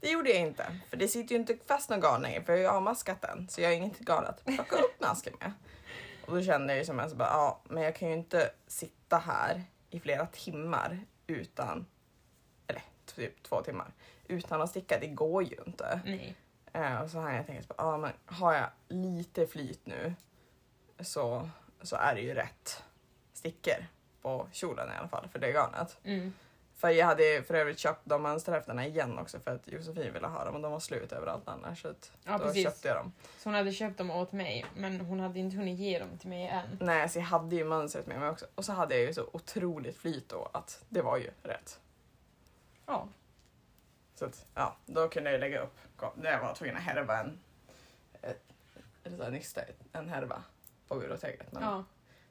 S1: det gjorde jag inte. För det sitter ju inte fast någon garn längre för jag har ju avmaskat den så jag har inget garn att plocka upp masken med. Och då kände jag ju som en så bara, ja men jag kan ju inte sitta här i flera timmar utan, eller typ två timmar, utan att sticka. Det går ju inte.
S2: Nej.
S1: Eh, och så har jag tänkt på, ah, men har jag lite flyt nu så, så är det ju rätt stickor på kjolen i alla fall för det garnet.
S2: Mm.
S1: För jag hade ju för övrigt köpt de mönsterhäftena igen också för att Josefin ville ha dem och de var slut överallt annars. Så att då
S2: Ja, precis.
S1: köpte jag dem.
S2: Så hon hade köpt dem åt mig, men hon hade inte hunnit ge dem till mig än.
S1: Nej, så jag hade ju mönstret med mig också. Och så hade jag ju så otroligt flyt då att det var ju rätt.
S2: Ja.
S1: Så att, ja, då kunde jag lägga upp. När jag var tvungen att härva en, ett, eller så här, nysta, en härva på biblioteket. Men
S2: ja.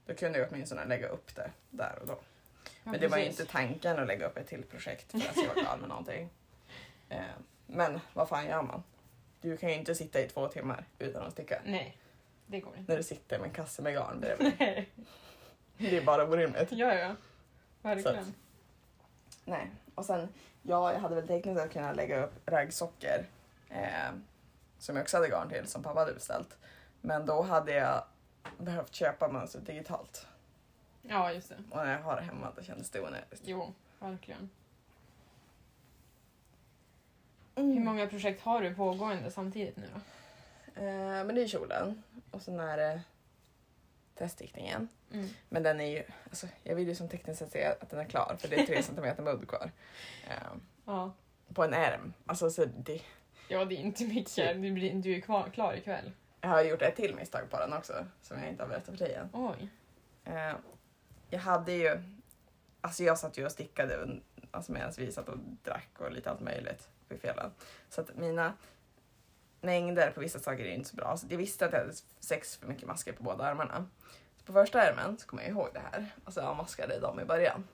S1: Då kunde jag åtminstone lägga upp det där och då.
S2: Ja,
S1: Men det var ju
S2: precis.
S1: inte tanken att lägga upp ett till projekt för att jag var klar med
S2: [LAUGHS]
S1: någonting. Eh, men vad fan gör man? Du kan ju inte sitta i två timmar utan att sticka.
S2: Nej, det går inte.
S1: När du sitter med en kasse med garn bredvid.
S2: Nej.
S1: Det är bara orimligt.
S2: [LAUGHS] Ja, ja. Verkligen.
S1: Så Nej. Och sen, ja, jag hade väl tekniskt att kunna lägga upp raggsockor eh, som jag också hade garn till, som pappa hade beställt. Men då hade jag behövt köpa mönstret digitalt.
S2: Ja, just det.
S1: Och när jag har det hemma då kändes det onödigt.
S2: Jo, verkligen.
S1: Mm.
S2: Hur många projekt har du pågående samtidigt nu då?
S1: Eh, men det är kjolen och sen är det teststickningen.
S2: Mm.
S1: Men den är ju, alltså, jag vill ju som tekniskt sett se att den är klar för det är tre centimeter mudd kvar. Eh,
S2: Ja.
S1: på en ärm. Alltså, så det,
S2: ja, det är inte mycket. Du, blir, du är kvar, klar ikväll.
S1: jag har gjort ett till misstag på den också som jag inte har berättat för dig än.
S2: Oj.
S1: Eh, jag hade ju... Alltså jag satt ju och stickade und- alltså medan vi satt och drack och lite allt möjligt på kvällen. Så att mina mängder på vissa saker är ju inte så bra. Så jag visste att jag hade sex för mycket masker på båda armarna. Så på första ärmen så kommer jag ihåg det här. Alltså jag maskade dem i början.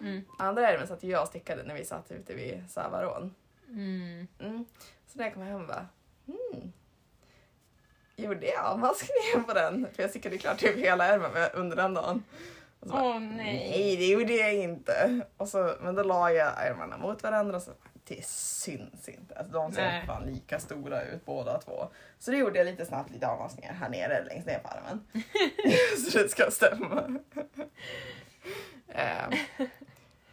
S2: Mm.
S1: Andra ärmen satt jag och stickade när vi satt ute vid Savaron.
S2: Mm.
S1: Mm. Så när jag kom hem bara... Mm. Gjorde jag avmaskningen på den? För jag stickade klart typ hela ärmen med- under den dagen. Och så bara,
S2: Åh nej.
S1: det gjorde jag inte. Och så, men då la jag ärmarna mot varandra och så det syns inte. Alltså, de ser
S2: Nej.
S1: fan lika stora ut båda två. Så det gjorde jag lite snabbt lite avmaskningar här nere längst ner på
S2: [LAUGHS]
S1: armen. så det ska stämma. Ehm,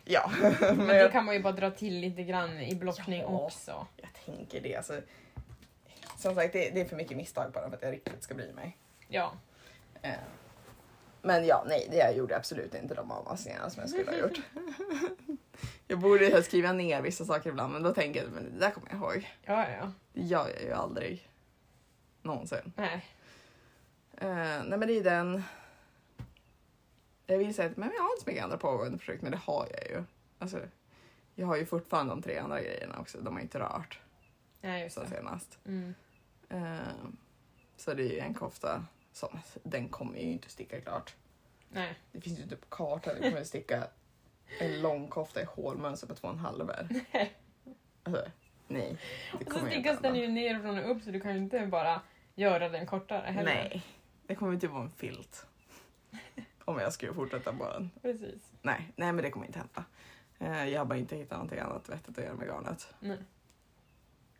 S1: ja. [LAUGHS] jag-
S2: Men det kan man ju bara dra till lite grann i blockning
S1: Ja.
S2: också.
S1: Jag tänker det. Alltså, som sagt, det, det är för mycket misstag på den för att jag riktigt ska bry mig.
S2: Ja.
S1: Eh, Men ja, nej, det jag gjorde absolut inte de avmaskningarna som jag skulle ha gjort. [LAUGHS] jag borde ju skriva ner vissa saker ibland, men då tänker jag men det där kommer jag ihåg.
S2: Ja, ja, ja.
S1: Det gör jag ju aldrig. Någonsin.
S2: Nej.
S1: Eh, nej, men det är den... Jag vill säga att men jag har inte så mycket andra pågående projekt, men det har jag ju. Alltså, jag har ju fortfarande de tre andra grejerna också. De har inte rört
S2: Nej, just
S1: sen
S2: det.
S1: senast.
S2: Mm.
S1: Eh, Så det är ju en kofta som den kommer ju inte sticka klart.
S2: Nej.
S1: Det finns ju typ karta vi kommer sticka en lång kofta i hålmönster på två och en halver.
S2: [LAUGHS]
S1: Alltså, nej. Alltså, Det
S2: Och så
S1: kommer ju
S2: stickas
S1: inte
S2: den
S1: hända.
S2: ju nerifrån och upp så du kan ju inte bara göra den kortare heller.
S1: Nej. Det kommer ju typ vara en
S2: [LAUGHS]
S1: filt. Om jag skulle fortsätta på den.
S2: Precis.
S1: Nej, nej men det kommer inte hända. Eh, Jag har bara inte hittat någonting annat vettigt att göra med garnet.
S2: Nej.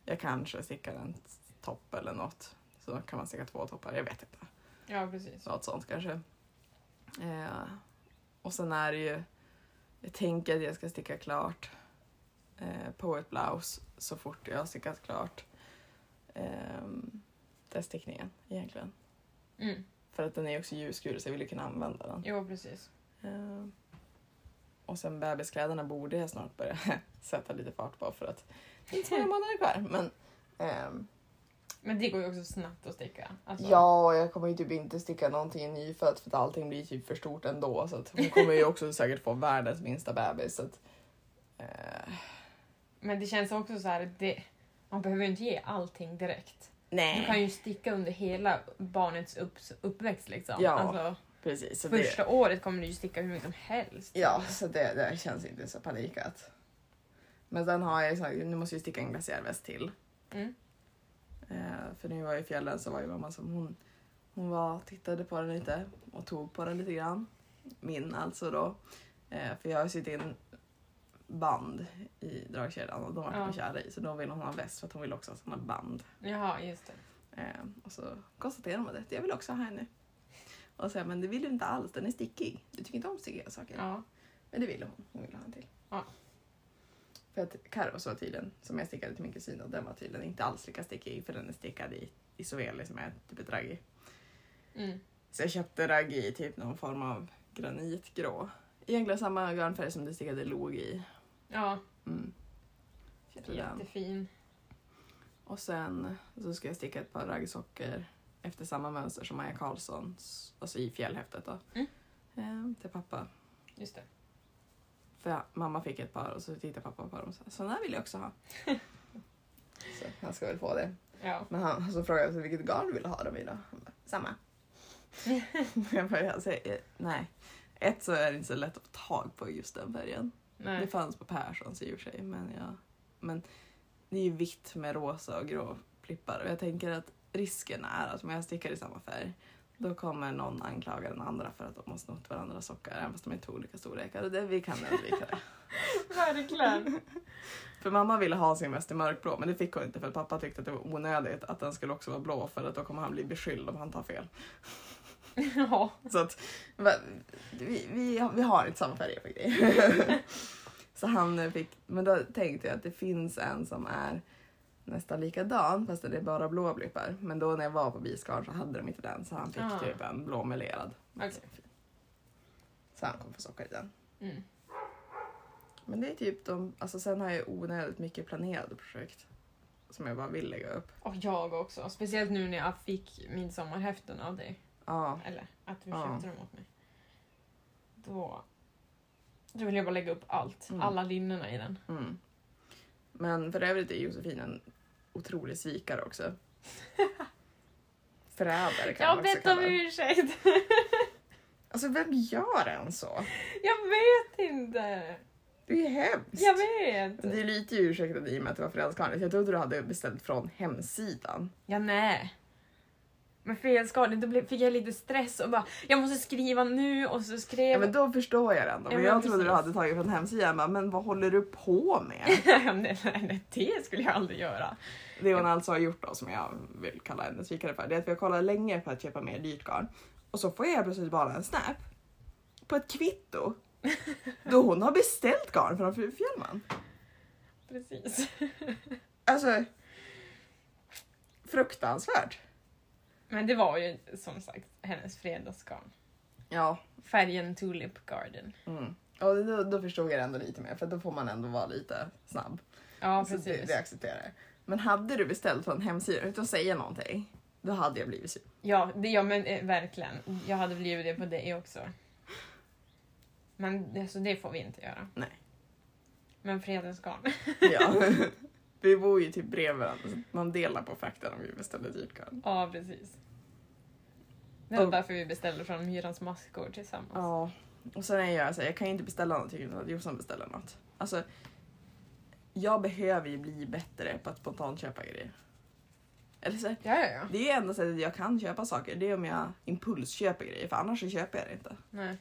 S1: Jag kanske stickar en topp eller något. Så kan man sticka två toppar, jag vet inte.
S2: Ja, precis.
S1: Något sånt kanske. Eh, och sen är det ju, jag tänker att jag ska sticka klart eh, på ett blouse så fort jag har stickat klart eh, den stickningen egentligen.
S2: Mm.
S1: För att den är ju också ljusgul så jag vill ju kunna använda den.
S2: Jo, precis.
S1: Eh, och sen bebiskläderna borde jag snart börja [LAUGHS] sätta lite fart på för att det är inte så många månader kvar. Men, ehm,
S2: Men det går ju också snabbt att sticka. Alltså,
S1: Ja, och jag kommer ju typ inte sticka någonting i nyfött för att allting blir typ för stort ändå. Så att hon kommer ju också säkert få världens minsta bebis. Så att, eh,
S2: Men det känns också så här, det, man behöver ju inte ge allting direkt. Du kan
S1: nej.
S2: ju sticka under hela barnets upp, uppväxt liksom.
S1: Ja,
S2: alltså,
S1: Precis, så det,
S2: första året kommer du ju sticka hur mycket som helst.
S1: ja, så det, det känns inte så panikat. Men sen har jag ju sagt, nu måste jag sticka en glaciärväst till.
S2: Mm.
S1: Eh, för när jag var i fjällen så var ju mamma som hon, hon var, tittade på den lite och tog på den lite grann. Min alltså då. Eh, för jag har sytt in band i dragkedjan och de var
S2: Ja.
S1: ja. kära i så då ville hon ha en väst för att hon ville också ha såna band.
S2: Jaha, just det.
S1: Eh, och så konstaterade hon att jag vill också ha henne. Och så här, men det vill du inte alls, den är stickig. Du tycker inte om stickiga saker.
S2: Ja.
S1: Men det ville hon, hon ville ha en till.
S2: Ja.
S1: För att Karos var tydligen, som jag stickade till min kusin, och den var tydligen inte alls lika stickig för den är stickad i isoveli som är typ ett raggi.
S2: Mm.
S1: Så jag köpte raggi i typ någon form av granitgrå. Egentligen samma garnfärg som det stickade låg i.
S2: ja,
S1: Mm. Köpte den.
S2: jättefin.
S1: Och sen så ska jag sticka ett par raggsockor efter samma mönster som Maja Karlssons, alltså i fjällhäftet då.
S2: Mm.
S1: Ehm, till pappa.
S2: Just det.
S1: För jag, mamma fick ett par och så tittade pappa på dem och sa sådana här vill jag också ha. [LAUGHS] så han ska väl få det.
S2: Ja.
S1: Men han så frågade jag så, vilket garn vill du ha dem i då? Han bara, samma. [LAUGHS] jag bara, jag säger, nej. Ett så är det inte så lätt att få tag på just den färgen. Det
S2: Nej.
S1: fanns på Perssons i och för sig. Men, ja. men det är ju vitt med rosa och grå flippar. Och jag tänker att risken är att om jag stickar i samma färg då kommer någon anklaga den andra för att de har snott varandras sockar även fast de är två olika storlekar. Och det, vi kan undvika det. [LAUGHS]
S2: Verkligen.
S1: För mamma ville ha sin väst i mörkblå men det fick hon inte för att pappa tyckte att det var onödigt att den skulle också vara blå för att då kommer han bli beskylld om han tar fel.
S2: ja.
S1: Så att va- vi, vi, vi har inte samma färger på grejer. [LAUGHS] Så han fick, men då tänkte jag att det finns en som är nästan likadan fast det är bara blåblippar. Men då när jag var på Biskar så hade de inte den så han fick
S2: Ah.
S1: typ en blåmelerad.
S2: Okej.
S1: Så han kommer få socker i den.
S2: Mm.
S1: Men det är typ de, alltså sen har jag onödigt mycket planerade projekt som jag bara vill lägga upp.
S2: Och jag också. Speciellt nu när jag fick midsommarhäften av dig.
S1: Ja,
S2: Eller att du
S1: Ja.
S2: köpte dem åt mig. Då, då vill jag bara lägga upp allt.
S1: Mm.
S2: Alla linnena i den.
S1: Mm. Men för övrigt är Josefin en otrolig svikare
S2: [LAUGHS]
S1: också. Förrädare kan
S2: Jag har
S1: man också
S2: bett om
S1: kalla det.
S2: ursäkt. [LAUGHS]
S1: Alltså vem gör en så?
S2: Jag vet inte.
S1: Det är ju hemskt.
S2: Jag vet.
S1: Men det är lite ursäktat i och med att det var föräldraskarligt. Jag trodde du hade beställt från hemsidan.
S2: Ja, nej. Men fredsskadan, då blev- fick jag lite stress och bara jag måste skriva nu och så skrev [LAUGHS]
S1: Ja, men då förstår jag det ändå.
S2: Ja,
S1: Men
S2: men
S1: jag trodde du
S2: precis.
S1: hade tagit från hemsidan. Jag bara, Men vad håller du på med?
S2: nej, nej, nej, det skulle jag aldrig göra.
S1: Det hon alltså har gjort då som jag vill kalla henne svikare för. Det är att vi har kollat länge på att köpa mer dyrt garn. Och så får jag plötsligt bara en snap. På ett [LAUGHS] kvitto. Då hon har beställt garn från fru Fjällman.
S2: Precis. [LAUGHS]
S1: Alltså. Fruktansvärt.
S2: Men det var ju som sagt hennes fredagsgarn.
S1: Ja.
S2: Färgen Tulip Garden.
S1: Mm. Och då, då förstod jag det ändå lite mer för då får man ändå vara lite snabb.
S2: Ja,
S1: så Alltså, det,
S2: precis.
S1: det accepterar jag. Men hade du beställt från hemsidan utan att säga någonting. Då hade jag blivit sur.
S2: Ja, det, ja men eh, verkligen. Jag hade blivit det på dig också. Men det- så det får vi inte göra.
S1: Nej.
S2: Men fredagsgarn.
S1: Ja. vi bor ju typ bredvid varandra så man delar på faktan om vi beställer dyrt garn.
S2: [LAUGHS] Ja, precis. Det var
S1: Och-
S2: därför vi beställde från Myrans maskor tillsammans.
S1: Ja, och sen är jag så här, jag kan ju inte beställa någonting utan att Jossan beställer något. Alltså, jag behöver ju bli bättre på att spontant köpa grejer. Eller så här,
S2: Ja, ja, ja.
S1: det är ju enda sättet jag kan köpa saker, det är om jag impulsköper grejer för annars så köper jag det inte.
S2: Nej.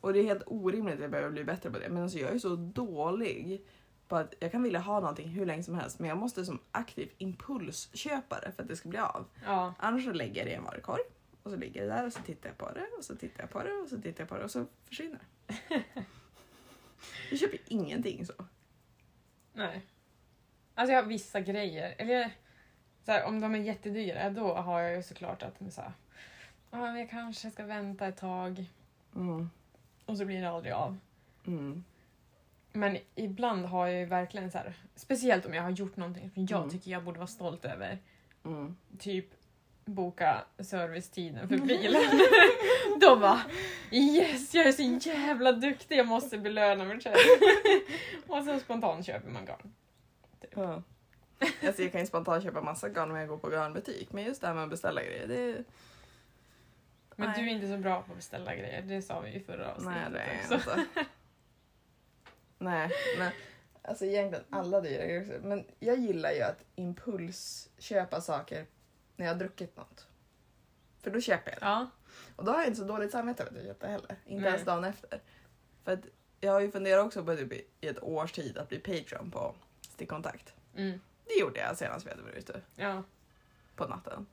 S1: Och det är helt orimligt att jag behöver bli bättre på det. Men alltså, jag är så dålig på att jag kan vilja ha någonting hur länge som helst men jag måste som aktiv impulsköpare för att det ska bli av.
S2: Ja.
S1: Annars så lägger jag det i en varukorg och så ligger det där och så tittar jag på det och så tittar jag på det och så tittar jag på det och så försvinner [LAUGHS] det. Jag köper ingenting så.
S2: Nej. Alltså jag har vissa grejer. Eller så här, om de är jättedyra, då har jag ju såklart att de så här, "Ja, men jag kanske ska vänta ett tag
S1: Mm.
S2: och så blir det aldrig av.
S1: Mm.
S2: Men ibland har jag ju verkligen så här, speciellt om jag har gjort någonting som jag
S1: Mm.
S2: tycker jag borde vara stolt över.
S1: Mm.
S2: Typ boka servicetiden
S1: [LAUGHS]
S2: för bilen. då bara yes, jag är så jävla duktig, jag måste belöna
S1: [LAUGHS]
S2: mig själv. och sen spontant köper man garn.
S1: Ja. [LAUGHS] Alltså, jag kan ju spontant köpa massa garn när jag går på garnbutik men just det här med att beställa grejer det...
S2: Men
S1: Nej.
S2: du är inte så bra på att beställa grejer, det sa vi ju i förra
S1: Nej
S2: avsnittet
S1: det är jag
S2: också.
S1: inte. [LAUGHS] Nej men alltså egentligen alla dyra grejer också. Men jag gillar ju att impulsköpa saker när jag har druckit något. För då köper jag det.
S2: Ja,
S1: Och då har jag inte så dåligt samvete över att jag köpte heller. Inte
S2: Nej.
S1: ens dagen efter. För att jag har ju funderat också på typ i ett års tid att bli Patreon på Stickkontakt.
S2: mm.
S1: Det gjorde jag senast vi hade varit ute
S2: ja.
S1: på natten.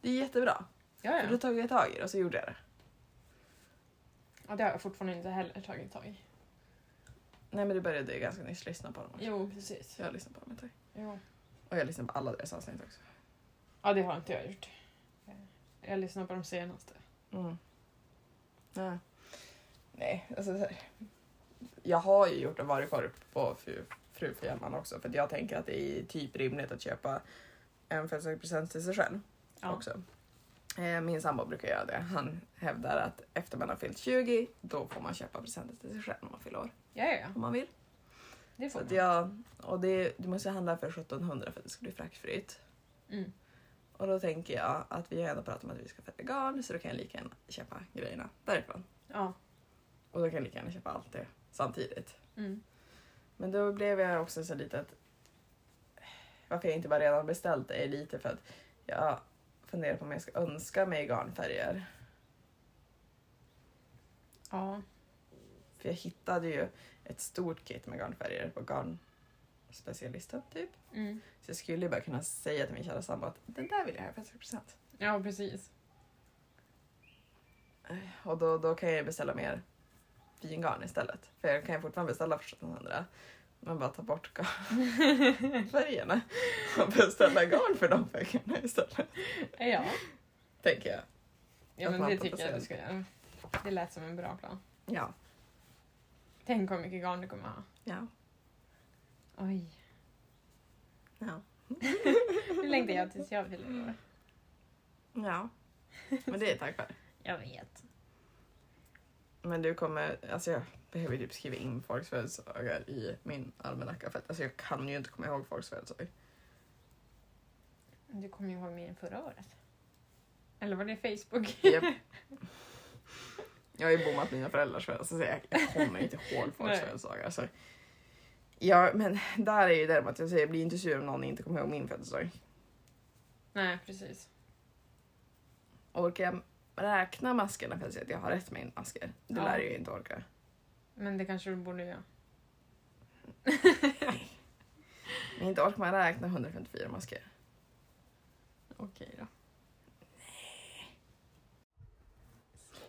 S1: Det är jättebra.
S2: Ja,
S1: För då
S2: ja.
S1: tog jag tag i det och så gjorde jag det.
S2: ja, det har jag fortfarande inte heller tagit tag i.
S1: Nej men du började ju ganska nyss lyssna på dem också.
S2: Jo, precis.
S1: Så jag lyssnade på dem ett tag.
S2: Jo.
S1: Och jag lyssnade på alla deras avsnitt också.
S2: Ja, det har inte jag gjort. Jag lyssnade på de senaste.
S1: Mm. Nej. Nej, alltså så här. Jag har ju gjort en varukorg på fru, fru Fjällman också för att jag tänker att det är typ rimligt att köpa en födelsedagspresent till sig själv
S2: Ja.
S1: också. Eh, Min sambo brukar göra det. Han hävdar att efter man har fyllt 20 då får man köpa presenter till sig själv om man fyller år.
S2: Ja, ja, ja.
S1: Om man vill.
S2: Det
S1: Så
S2: får
S1: att
S2: man.
S1: jag, och det, du måste handla för 1700 för att det ska bli fraktfritt.
S2: Mm.
S1: Och då tänker jag att vi har ändå pratat om att vi ska fälla garn så då kan jag lika gärna köpa grejerna därifrån.
S2: Ja.
S1: Och då kan jag lika gärna köpa allt det samtidigt.
S2: Mm.
S1: Men då blev jag också så lite att varför jag inte bara redan beställt det är lite för att jag funderar på om jag ska önska mig garnfärger.
S2: Ja.
S1: För jag hittade ju ett stort kit med garnfärger på garnspecialisten typ.
S2: Mm.
S1: Så jag skulle ju bara kunna säga till min kära sambo att den där vill jag ha i present.
S2: Ja, precis.
S1: Och då, då kan jag ju beställa mer fingarn istället. För jag kan ju fortfarande beställa för 1700. Men bara ta bort garnfärgerna och beställa garn för de pengarna istället.
S2: Ja,
S1: Tänker jag.
S2: ja
S1: Att
S2: men
S1: man
S2: det
S1: får
S2: tycker jag
S1: placera.
S2: du ska göra. Det lät som en bra plan.
S1: Ja.
S2: Tänk hur mycket garn du kommer ha.
S1: Ja.
S2: Oj, [LAUGHS]
S1: Ja.
S2: nu längtar jag tills jag fyller år.
S1: ja. Men det är tack vare.
S2: Jag vet.
S1: Men du kommer, alltså jag behöver typ skriva in folks födelsedagar i min almanacka för att alltså jag kan ju inte komma ihåg folks födelsedagar.
S2: Du kommer ju ihåg mer än förra året. Eller var det Facebook?
S1: Jag, jag har ju bommat mina föräldrars födelsedagar så jag, jag kommer inte ihåg folks
S2: Nej.
S1: födelsedagar. Så. Ja men där är ju det med att jag säger jag blir inte sur om någon inte kommer ihåg min födelsedag.
S2: [LAUGHS] Nej, precis.
S1: Orkar jag räkna maskerna för att se att jag har rätt med masker? Det
S2: Ja.
S1: lär jag ju inte orka.
S2: Men det kanske du borde göra.
S1: Men inte orkar man räkna 154 masker.
S2: Okej då.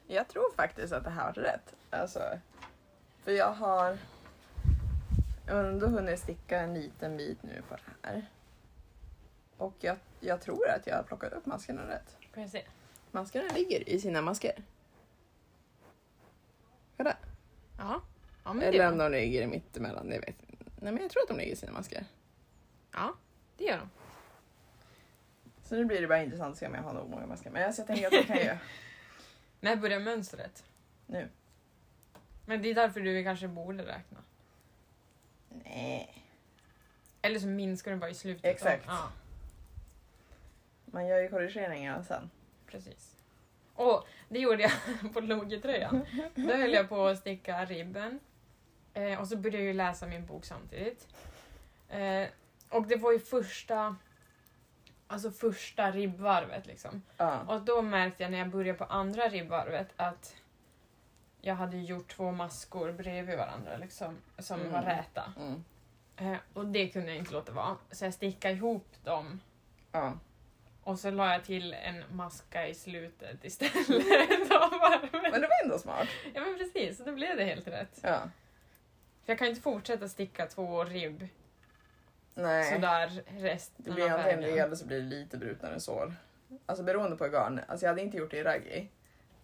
S1: Jag tror faktiskt att det här var rätt. Alltså, för jag har ändå hunnit sticka en liten bit nu på det här. Och jag, jag tror att jag har plockat upp maskerna rätt.
S2: Får jag se?
S1: Maskerna ligger i sina masker. Kolla.
S2: Ja. Ja, men det
S1: Eller
S2: gör
S1: om
S2: de.
S1: de ligger i mittemellan, det vet jag inte. Nej men jag tror att de ligger i sina masker.
S2: Ja, det gör de.
S1: Så nu blir det bara intressant att se om jag har nog många masker. Men alltså, jag tänker att jag kan
S2: [LAUGHS]
S1: ju...
S2: När börjar mönstret?
S1: Nu.
S2: Men det är därför du kanske borde räkna.
S1: Nej.
S2: Eller så minskar du bara i slutet.
S1: Exakt.
S2: Ja,
S1: Man gör ju korrigeringar sen.
S2: precis. Och det gjorde jag [LAUGHS] på logetröjan. Då höll jag på att sticka ribben. Eh, och så började jag ju läsa min bok samtidigt. Eh, och det var ju första... Alltså första ribbvarvet liksom.
S1: Ja.
S2: Och då märkte jag när jag började på andra ribbvarvet att jag hade gjort två maskor bredvid varandra liksom, som
S1: Mm.
S2: var räta.
S1: Mm.
S2: Eh, och det kunde jag inte låta vara. Så jag stickade ihop dem
S1: Ja.
S2: och så la jag till en maska i slutet istället [LAUGHS] av varvet.
S1: Men det var ändå smart.
S2: Ja men precis, så då blev det helt rätt.
S1: Ja.
S2: För jag kan ju inte fortsätta sticka två ribb
S1: Nej.
S2: sådär resten
S1: Det blir
S2: av
S1: antingen det
S2: vägen.
S1: eller så blir det lite brutnare sår. Alltså beroende på garn. Alltså jag hade inte gjort det i raggi.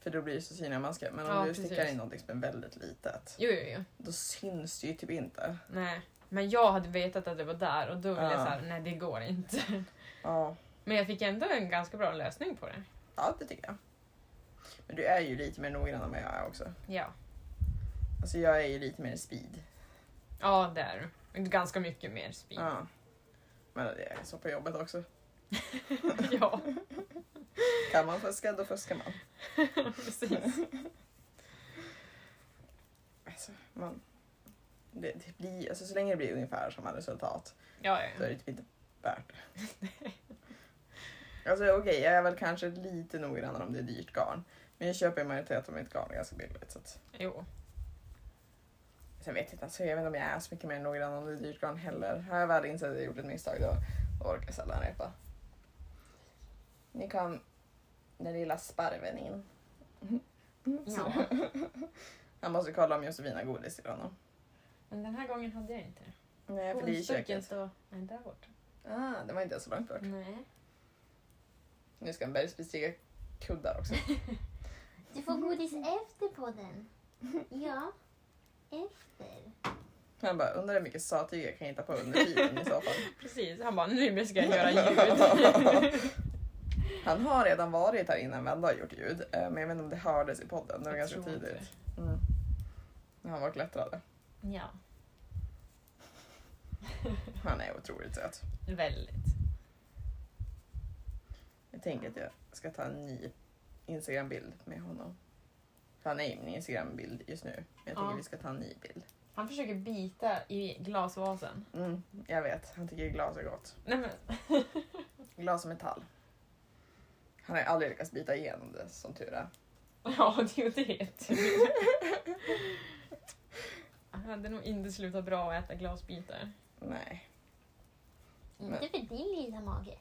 S1: För då blir det så syniga masker. Men om
S2: Ja,
S1: du stickar
S2: precis.
S1: in någonting som är väldigt litet.
S2: Jo, jo, jo.
S1: Då syns det ju typ inte.
S2: Nej. Men jag hade vetat att det var där och då blev jag
S1: Ja.
S2: såhär, nej det går inte.
S1: Ja.
S2: Men jag fick ändå en ganska bra lösning på det.
S1: ja, det tycker jag. Men du är ju lite mer noggrann än vad jag är också.
S2: Ja,
S1: Alltså jag är ju lite mer speed.
S2: ja det är det. Ganska mycket mer speed. Ja.
S1: Ja. Men det är så på jobbet också.
S2: [LAUGHS] ja,
S1: Kan man fuska, då fuskar man.
S2: precis.
S1: [LAUGHS] Alltså, man... Det, det blir, alltså så länge det blir ungefär samma resultat
S2: Ja,
S1: så
S2: ja,
S1: är
S2: ja.
S1: det typ inte värt det. Alltså okej, jag är väl kanske lite noggrannare om det är dyrt garn. Men jag köper i majoritet av mitt garn ganska billigt. Så att,
S2: Jo.
S1: sen vet jag inte, alltså, jag vet inte om jag är så mycket mer noggrann om det är dyrt garn heller. Har jag väl insett att jag gjort ett misstag då, då orkar jag sällan repa. Nu kom den lilla sparven in. Mm, Så. [LAUGHS]
S2: Ja.
S1: Han måste kolla om Josefin har godis till honom.
S2: Men den här gången hade jag inte det.
S1: Nej, för det är i
S2: Onsdagen
S1: köket.
S2: så... Nej, där borta.
S1: Ah, det var inte så långt bort.
S2: Nej.
S1: Nu ska han bergsbestiga kuddar också.
S3: Du får godis efter podden. Ja, efter.
S1: Han bara, undrar hur mycket sattyg jag kan hitta på under tiden i så fall.
S2: Precis, han bara nu ska jag
S1: [LAUGHS]
S2: göra ljud.
S1: Han har redan varit här innan Vanda har gjort ljud, eh, men jag vet inte om det hördes i podden. Det var
S2: Jag
S1: ganska
S2: tror inte.
S1: tidigt. Mm. När han var och klättrade.
S2: ja, [LAUGHS]
S1: Han är otroligt söt.
S2: väldigt.
S1: Jag tänker att jag ska ta en ny Instagram-bild med honom. För han är i min Instagram-bild just nu. Men jag tänker
S2: Ja.
S1: att vi ska ta en ny bild.
S2: Han försöker bita i glasvasen.
S1: Mm, jag vet, han tycker glas är gott.
S2: Nej men, [LAUGHS]
S1: Glas och metall. Han har aldrig lyckats bita igenom det, som tur är.
S2: ja det är ju
S1: [LAUGHS]
S2: det. Han hade nog inte slutat bra att äta glasbitar.
S1: Nej. Men-
S3: Inte för din lilla mage.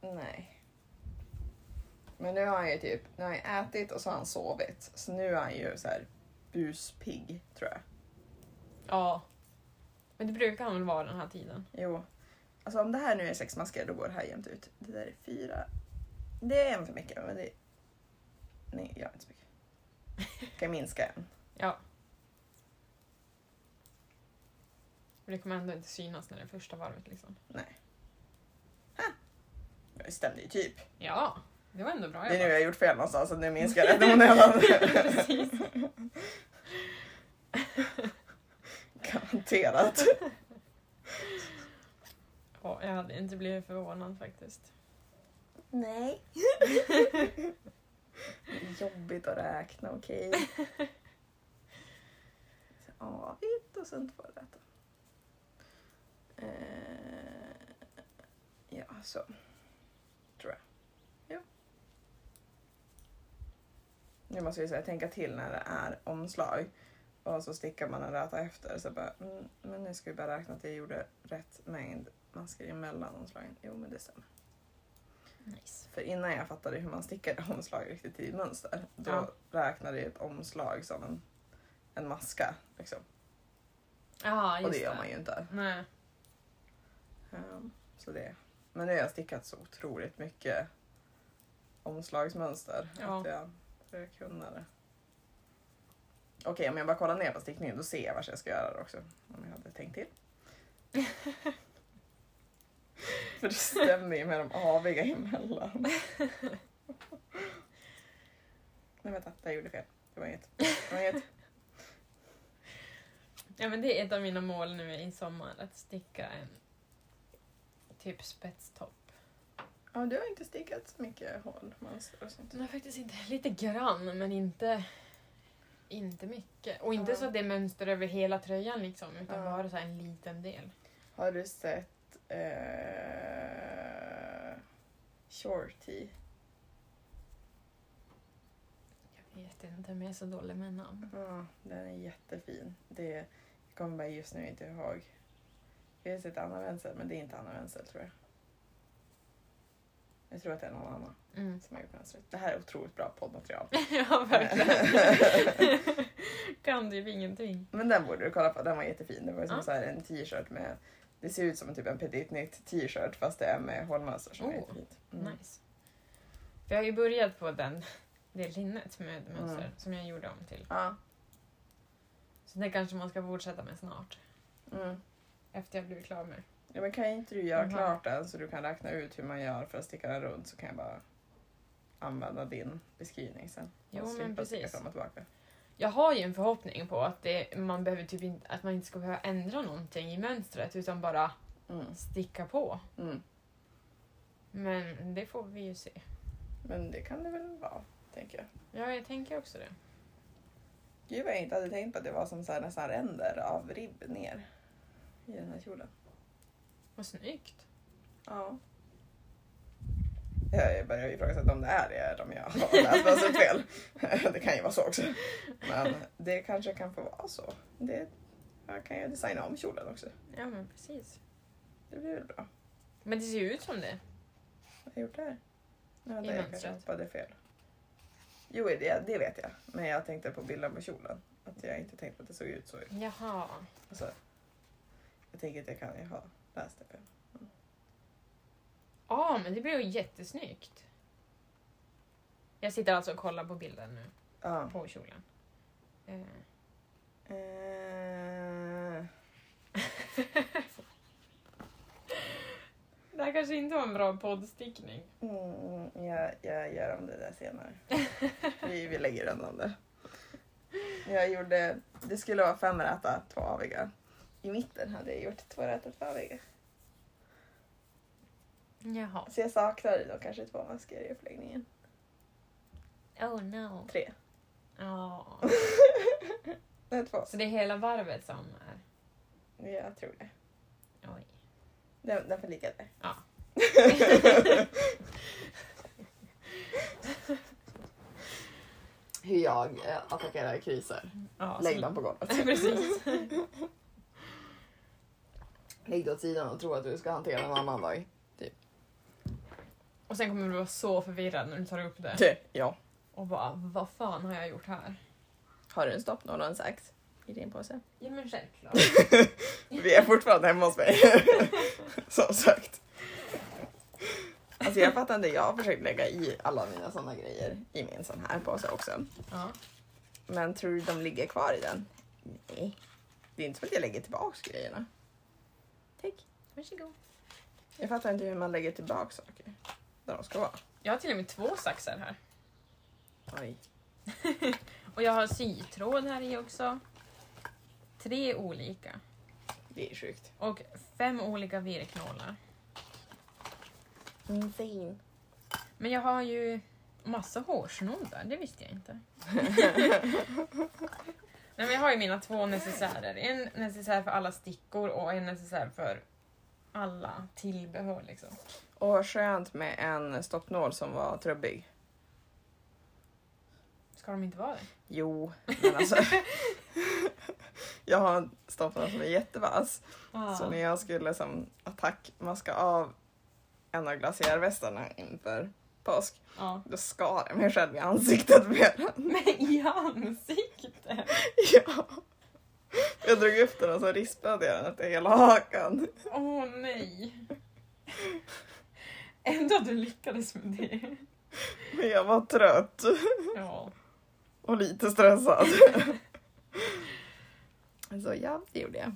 S1: Nej. Men nu har han ju typ, nu har han ätit och så har han sovit. Så nu är han ju så här buspigg tror jag.
S2: Ja. Men det brukar han väl vara den här tiden?
S1: Jo. Alltså om det här nu är sex masker då går det här jämnt ut. Det där är fyra. Det är en för mycket men det... Nej, jag är inte så mycket. Ska jag minska en?
S2: Ja. Men det kommer ändå inte synas när det är första varvet liksom.
S1: Det stämde ju typ.
S2: Ja, det var ändå bra
S1: Det är nu
S2: jobbat.
S1: jag har gjort fel någonstans och nu minskar det i onödan.
S2: [LAUGHS] Precis.
S1: [LAUGHS] Garanterat.
S2: Ja, jag hade inte blivit förvånad faktiskt.
S3: Nej.
S1: Jobbigt att räkna, okej. Okay. Avigt och sen två rätta. Eh, ja, så. Tror jag. Ja. Nu måste jag ju så här tänka till när det är omslag. Och så stickar man en räta efter. Så bara, mm, men nu ska vi bara räkna att jag gjorde rätt mängd masker emellan omslagen. Jo, men det stämmer.
S2: Nice.
S1: För innan jag fattade hur man stickade [LAUGHS] omslag riktigt i mönster, då
S2: Ja.
S1: räknade jag ett omslag som en, en maska. Liksom.
S2: Ja,
S1: Och
S2: just
S1: det gör man ju inte.
S2: Nej.
S1: Ehm, så det. Men nu har jag stickat så otroligt mycket omslagsmönster
S2: Ja.
S1: att jag börjar kunna det. Okej, om jag bara kollar ner på stickningen då ser jag vad jag ska göra också. Om jag hade tänkt
S2: [LAUGHS]
S1: till. För det stämmer ju med de aviga emellan.
S2: [LAUGHS]
S1: Nej vänta, där gjorde jag fel. Det var inget. Det var inget.
S2: Ja, men det är ett av mina mål nu i sommar, att sticka en typ spetstopp.
S1: Ja, du har inte stickat så mycket hålmönster och sånt.
S2: Nej, faktiskt inte. [LAUGHS] Lite grann, men inte, inte mycket. Och inte
S1: Ja.
S2: så att det är mönster över hela tröjan, liksom, utan
S1: Ja.
S2: bara så här en liten del.
S1: Har du sett eh, Shorty?
S2: Jag vet inte, men jag är så dålig med namn.
S1: Ja, den är jättefin. Det, jag kommer bara just nu inte ihåg. Jag har sett Anna Wenzel, men det är inte Anna Wenzel tror jag. Jag tror att det är någon annan
S2: Mm. [LAUGHS]
S1: som har gjort mönstret. Det här är otroligt bra poddmaterial. [LAUGHS]
S2: ja, verkligen. [LAUGHS] kan typ ingenting.
S1: Men den borde du kolla på, den var jättefin. Det var som
S2: Ja.
S1: så här en t-shirt med... Det ser ut som typ en petit nytt t-shirt fast det är med hålmönster som är
S2: Oh,
S1: jättefint. Mm.
S2: Nice. För jag har ju börjat på den, [LAUGHS] det linnet med mönster
S1: Mm.
S2: som jag gjorde om till.
S1: Ja.
S2: Så det kanske man ska fortsätta med snart.
S1: Mm.
S2: Efter jag blivit klar med.
S1: Ja, men kan inte du göra
S2: Mhm.
S1: klart den så du kan räkna ut hur man gör för att sticka den runt så kan jag bara använda din beskrivning sen.
S2: Jo,
S1: Och
S2: men
S1: slippa sticka
S2: precis.
S1: Fram och tillbaka.
S2: Jag har ju en förhoppning på att, det, man, behöver typ inte, att man inte ska behöva ändra någonting i mönstret utan bara
S1: Mm.
S2: sticka på.
S1: Mm.
S2: Men det får vi ju se.
S1: Men det kan det väl vara, tänker jag.
S2: Ja, jag tänker också det.
S1: Gud vad jag inte hade tänkt på att det var som så här, nästan ränder av ribb ner i den här kjolen.
S2: Vad snyggt.
S1: Ja. Jag börjar ifrågasätta om det är det eller om jag har läst mönstret fel. [LAUGHS] det kan ju vara så också. Men det kanske kan få vara så. Det, jag kan ju designa om kjolen också.
S2: Ja, men precis.
S1: Det blir väl bra.
S2: Men det ser ju ut som det.
S1: Vad har jag gjort där? Nej,
S2: I
S1: vänta, jag kanske
S2: mönstret.
S1: hoppade fel. Jo, det, det vet jag. Men jag tänkte på bilden på kjolen. Att jag inte tänkte på att det såg ut så.
S2: Jaha.
S1: Alltså, jag tänker att jag kan ju ha läst det fel.
S2: Ja, men det blir ju jättesnyggt. Jag sitter alltså och kollar på bilden nu,
S1: Ja.
S2: på kjolen. Eh,
S1: Eh,
S2: Det här kanske inte var en bra poddstickning.
S1: mm, jag, jag gör om det där
S2: [LAUGHS]
S1: senare. Vi, vi lägger undan det. Jag gjorde, det skulle vara fem räta, två aviga. I mitten hade jag gjort två räta, två aviga.
S2: Jaha.
S1: Så jag saknade då kanske två masker i uppläggningen.
S2: Oh no.
S1: Tre.
S2: Ja.
S1: [LAUGHS] Nej, två.
S2: Så det är hela varvet som är...
S1: Jag tror det.
S2: Oj.
S1: Den, den får ligga där.
S2: Ja.
S1: Hur jag eh, attackerar kriser.
S2: Ja, så-
S1: Lägg den på golvet.
S2: [LAUGHS] Precis.
S1: Lägg den åt sidan och tro att du ska hantera en annan dag.
S2: Och sen kommer du vara så förvirrad när du tar upp det.
S1: Ja.
S2: Och bara, vad fan har jag gjort här?
S1: Har du en stoppnål och en sax i din påse?
S2: Ja men självklart.
S1: [LAUGHS] Vi är fortfarande hemma hos mig. [LAUGHS] Som sagt. Alltså jag fattar inte, jag har försökt lägga i alla mina såna grejer i min sån här påse också.
S2: Ja.
S1: Men tror du de ligger kvar i den? Nej. Det är inte så att jag lägger tillbaks grejerna. Tack.
S2: Varsågod.
S1: Jag fattar inte hur man lägger tillbaks saker där de ska vara.
S2: Jag har till och med två saxar här. [LAUGHS]
S1: Oj.
S2: Och jag har sytråd här i också. Tre olika.
S1: Det är sjukt.
S2: Och fem olika virknålar.
S1: Insane.
S2: Men jag har ju massa hårsnoddar, det visste jag inte. Nej, men jag har ju mina två necessärer. En necessär för alla stickor och en necessär för alla tillbehör. Liksom.
S1: Och vad skönt med en stoppnål som var trubbig.
S2: Ska de inte vara det?
S1: Jo, men [LAUGHS] alltså. jag har en stoppnål som är jättevass. Så när jag skulle som attackmaska av en av glaciärvästarna inför påsk,
S2: ja.
S1: då skar jag mig själv i ansiktet med den.
S2: Men i ansiktet!
S1: [LAUGHS] Ja. Jag drog upp den och så rispade jag den efter hela hakan.
S2: Åh nej! Ändå att du lyckades med det.
S1: Men jag var trött
S2: Ja.
S1: och lite stressad. [LAUGHS] Så ja, det gjorde jag.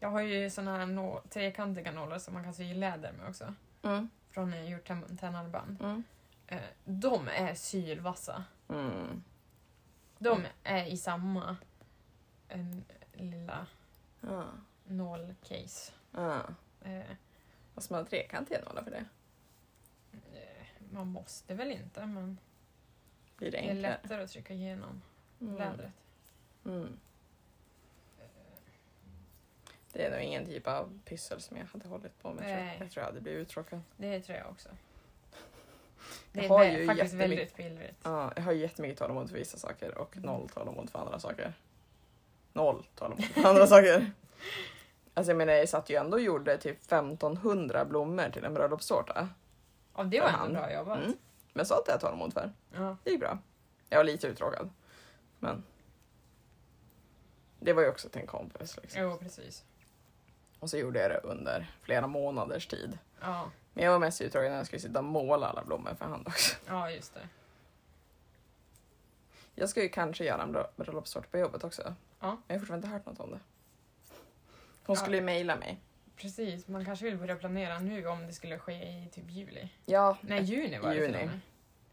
S2: Jag har ju såna här nå- trekantiga nålar som man kan sy i läder med också.
S1: Mm.
S2: Från när jag gjort tenn- tennarband.
S1: Mm.
S2: Eh, de är sylvassa.
S1: Mm.
S2: De är i samma en, lilla
S1: Ja.
S2: nålcase.
S1: Ja.
S2: Eh,
S1: Måste man ha trekantiga nålar för det?
S2: eh, man måste väl inte, men
S1: Blir det
S2: det är
S1: enklare?
S2: lättare att trycka igenom
S1: Mm.
S2: lädret.
S1: Mm. Det är nog ingen typ av pyssel som jag hade hållit på med. tror
S2: Nej.
S1: Jag, jag tror jag hade blivit uttråkad.
S2: Det tror jag också. Det
S1: Jag
S2: är
S1: har
S2: vä-
S1: ju
S2: faktiskt
S1: jättemy-
S2: väldigt pillrigt.
S1: Ja, jag har jättemycket tålamod för vissa saker och noll tålamod för andra saker. Noll tålamod för andra saker. Alltså jag menar jag satt ju ändå och gjorde typ 1500 blommor till en bröllopstårta.
S2: Ja, det var
S1: för hand.
S2: ändå bra jobbat.
S1: Mm. Men sånt har jag tålamod för.
S2: Ja.
S1: Det gick bra. Jag var lite uttråkad. Men. Det var ju också till en kompis. Liksom.
S2: Jo, precis.
S1: Och så gjorde jag det under flera månaders tid.
S2: Ja,
S1: Men jag var mest uttråkad när jag skulle sitta och måla alla blommor för hand också.
S2: ja just det.
S1: Jag ska ju kanske göra en bra- bröllopstårta på jobbet också.
S2: Ja.
S1: Men jag har fortfarande inte hört något om det. Hon
S2: Ja.
S1: skulle ju mejla mig.
S2: Precis, man kanske vill börja planera nu om det skulle ske i typ juli.
S1: Ja.
S2: Nej, juni var det
S1: Juni.
S2: till och med.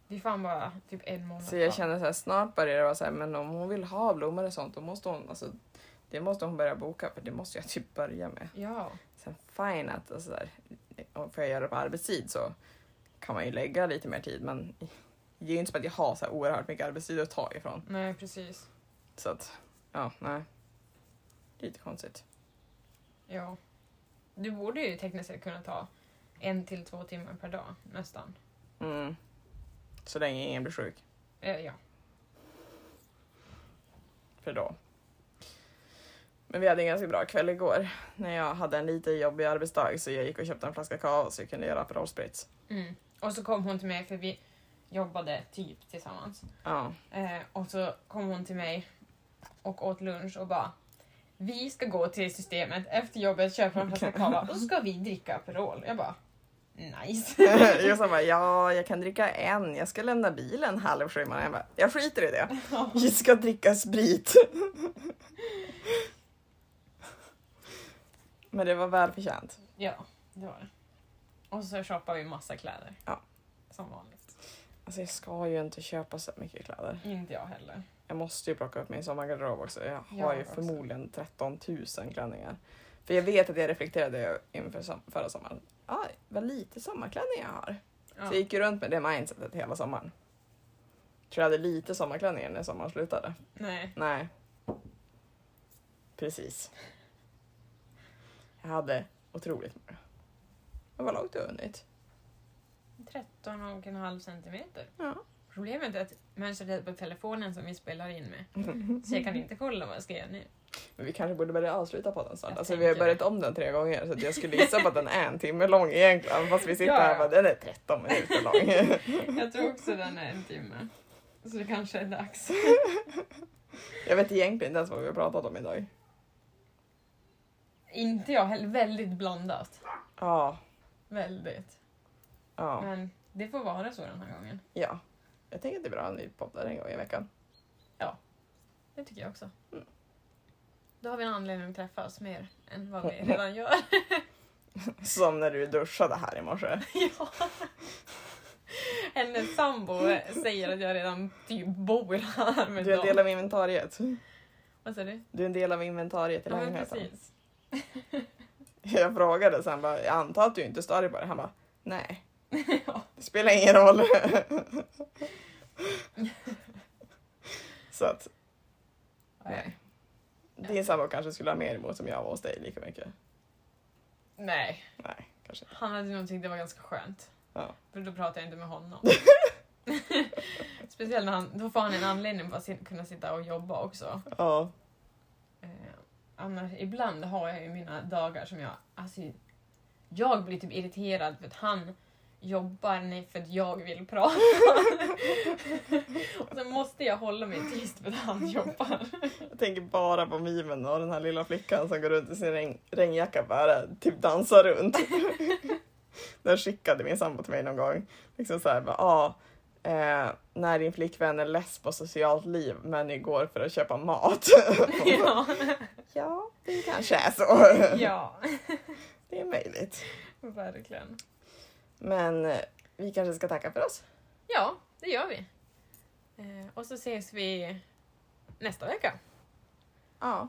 S2: Det är fan bara typ en månad
S1: Så jag
S2: kvar.
S1: känner så här, snart börjar det vara så här, men om hon vill ha blommor och sånt då måste hon, alltså, det måste hon börja boka för det måste jag typ börja med.
S2: Ja,
S1: Sen fine att, alltså, så här, om får jag göra det på arbetstid så kan man ju lägga lite mer tid men det är ju inte som att jag har så här oerhört mycket arbetstid att ta ifrån.
S2: nej precis.
S1: Så att, ja, nej. Lite konstigt.
S2: Ja. Du borde ju tekniskt sett kunna ta en till två timmar per dag nästan.
S1: Mm. Så länge ingen blir sjuk.
S2: Eh, ja.
S1: För då. Men vi hade en ganska bra kväll igår. När jag hade en lite jobbig arbetsdag så jag gick och köpte en flaska kava så jag kunde göra Aperol Spritz.
S2: Mm. Och så kom hon till mig för vi jobbade typ tillsammans.
S1: Ja.
S2: Eh, och så kom hon till mig och åt lunch och bara Vi ska gå till systemet efter jobbet, köpa en flaska cava och så ska vi dricka Aperol. Jag bara
S1: [LAUGHS]
S2: nice.
S1: jag sa bara, ja jag kan dricka en, jag ska lämna bilen halv sju. Men jag bara, jag skiter i det. Vi ska dricka sprit. Men det var välförtjänt.
S2: Ja, det var det. Och så shoppar vi massa kläder.
S1: Ja.
S2: Som vanligt.
S1: Alltså jag ska ju inte köpa så mycket kläder.
S2: Inte jag heller.
S1: Jag måste ju plocka upp min sommargarderob också. Jag har
S2: Jag
S1: ju
S2: också.
S1: förmodligen 13 000 klänningar. För jag vet att jag reflekterade inför som- förra sommaren. Ah, vad lite sommarklänningar jag har.
S2: Ja.
S1: Så jag gick ju runt med det mindsetet hela sommaren. Tror jag hade lite sommarklänningar när sommaren slutade.
S2: Nej.
S1: Nej. Precis. Jag hade otroligt många. Men vad långt du har hunnit. [LAUGHS]
S2: 13,5 centimeter.
S1: Ja.
S2: Problemet är att mönstret är på telefonen som vi spelar in med. Så jag kan
S1: Mm.
S2: inte kolla vad jag ska göra nu.
S1: Men vi kanske borde börja avsluta podden snart.
S2: Jag
S1: Alltså, vi har
S2: tänker
S1: börjat om den tre gånger så att jag skulle gissa på att den är en timme lång egentligen. Fast vi sitter
S2: Ja,
S1: här
S2: ja.
S1: och bara, den är 13 minuter lång. [LAUGHS]
S2: Jag tror också den är en timme. Så det kanske är dags.
S1: Jag vet egentligen inte ens vad vi har pratat om idag.
S2: Inte jag heller. Väldigt blandat.
S1: Ja,
S2: Väldigt.
S1: ja,
S2: Men det får vara så den här gången.
S1: ja. Jag tänker att det är bra att vi poddar en gång i veckan. [LAUGHS]
S2: Det tycker jag också.
S1: Mm.
S2: Då har vi en anledning att träffas mer än vad vi redan gör. [LAUGHS]
S1: Som när du duschade här i morse.
S2: ja. Hennes sambo säger att jag redan typ bor här med
S1: Du är en del
S2: dem.
S1: av inventariet.
S2: Vad säger du?
S1: Du är en del av inventariet i
S2: Ja, men
S1: lägenheten.
S2: precis.
S1: [LAUGHS] Jag frågade sen bara, jag antar att du inte är större på det. Han bara, nej.
S2: [LAUGHS] Ja.
S1: Det spelar ingen
S2: [LAUGHS]
S1: roll. [LAUGHS] Så att Nej. din sambo kanske skulle ha mer emot som jag var hos dig lika mycket.
S2: Nej,
S1: Nej, kanske
S2: han hade nog tyckt det var ganska skönt.
S1: Ja.
S2: För då pratar jag inte med honom. [LAUGHS] Speciellt när han, då får han en anledning för att sin- kunna sitta och jobba också.
S1: inte. Ja.
S2: Eh, annars, ibland har jag ju mina dagar som jag... Alltså, jag blir typ irriterad för att han jobbar nej, för att jag vill prata. och sen måste jag hålla mig tyst för att han jobbar.
S1: Jag tänker bara på mimen av den här lilla flickan som går runt i sin regn, regnjacka och bara typ dansar [LAUGHS] runt. Den skickade min sambo till mig någon gång. Liksom så här, bara, ah, eh, när din flickvän är less på socialt liv men ni går för att köpa mat.
S2: ja.
S1: [LAUGHS] ja, det kanske är så.
S2: ja,
S1: Det är möjligt.
S2: verkligen.
S1: Men eh, vi kanske ska tacka för oss.
S2: Ja, det gör vi. Eh, och så ses vi nästa vecka.
S1: Ja,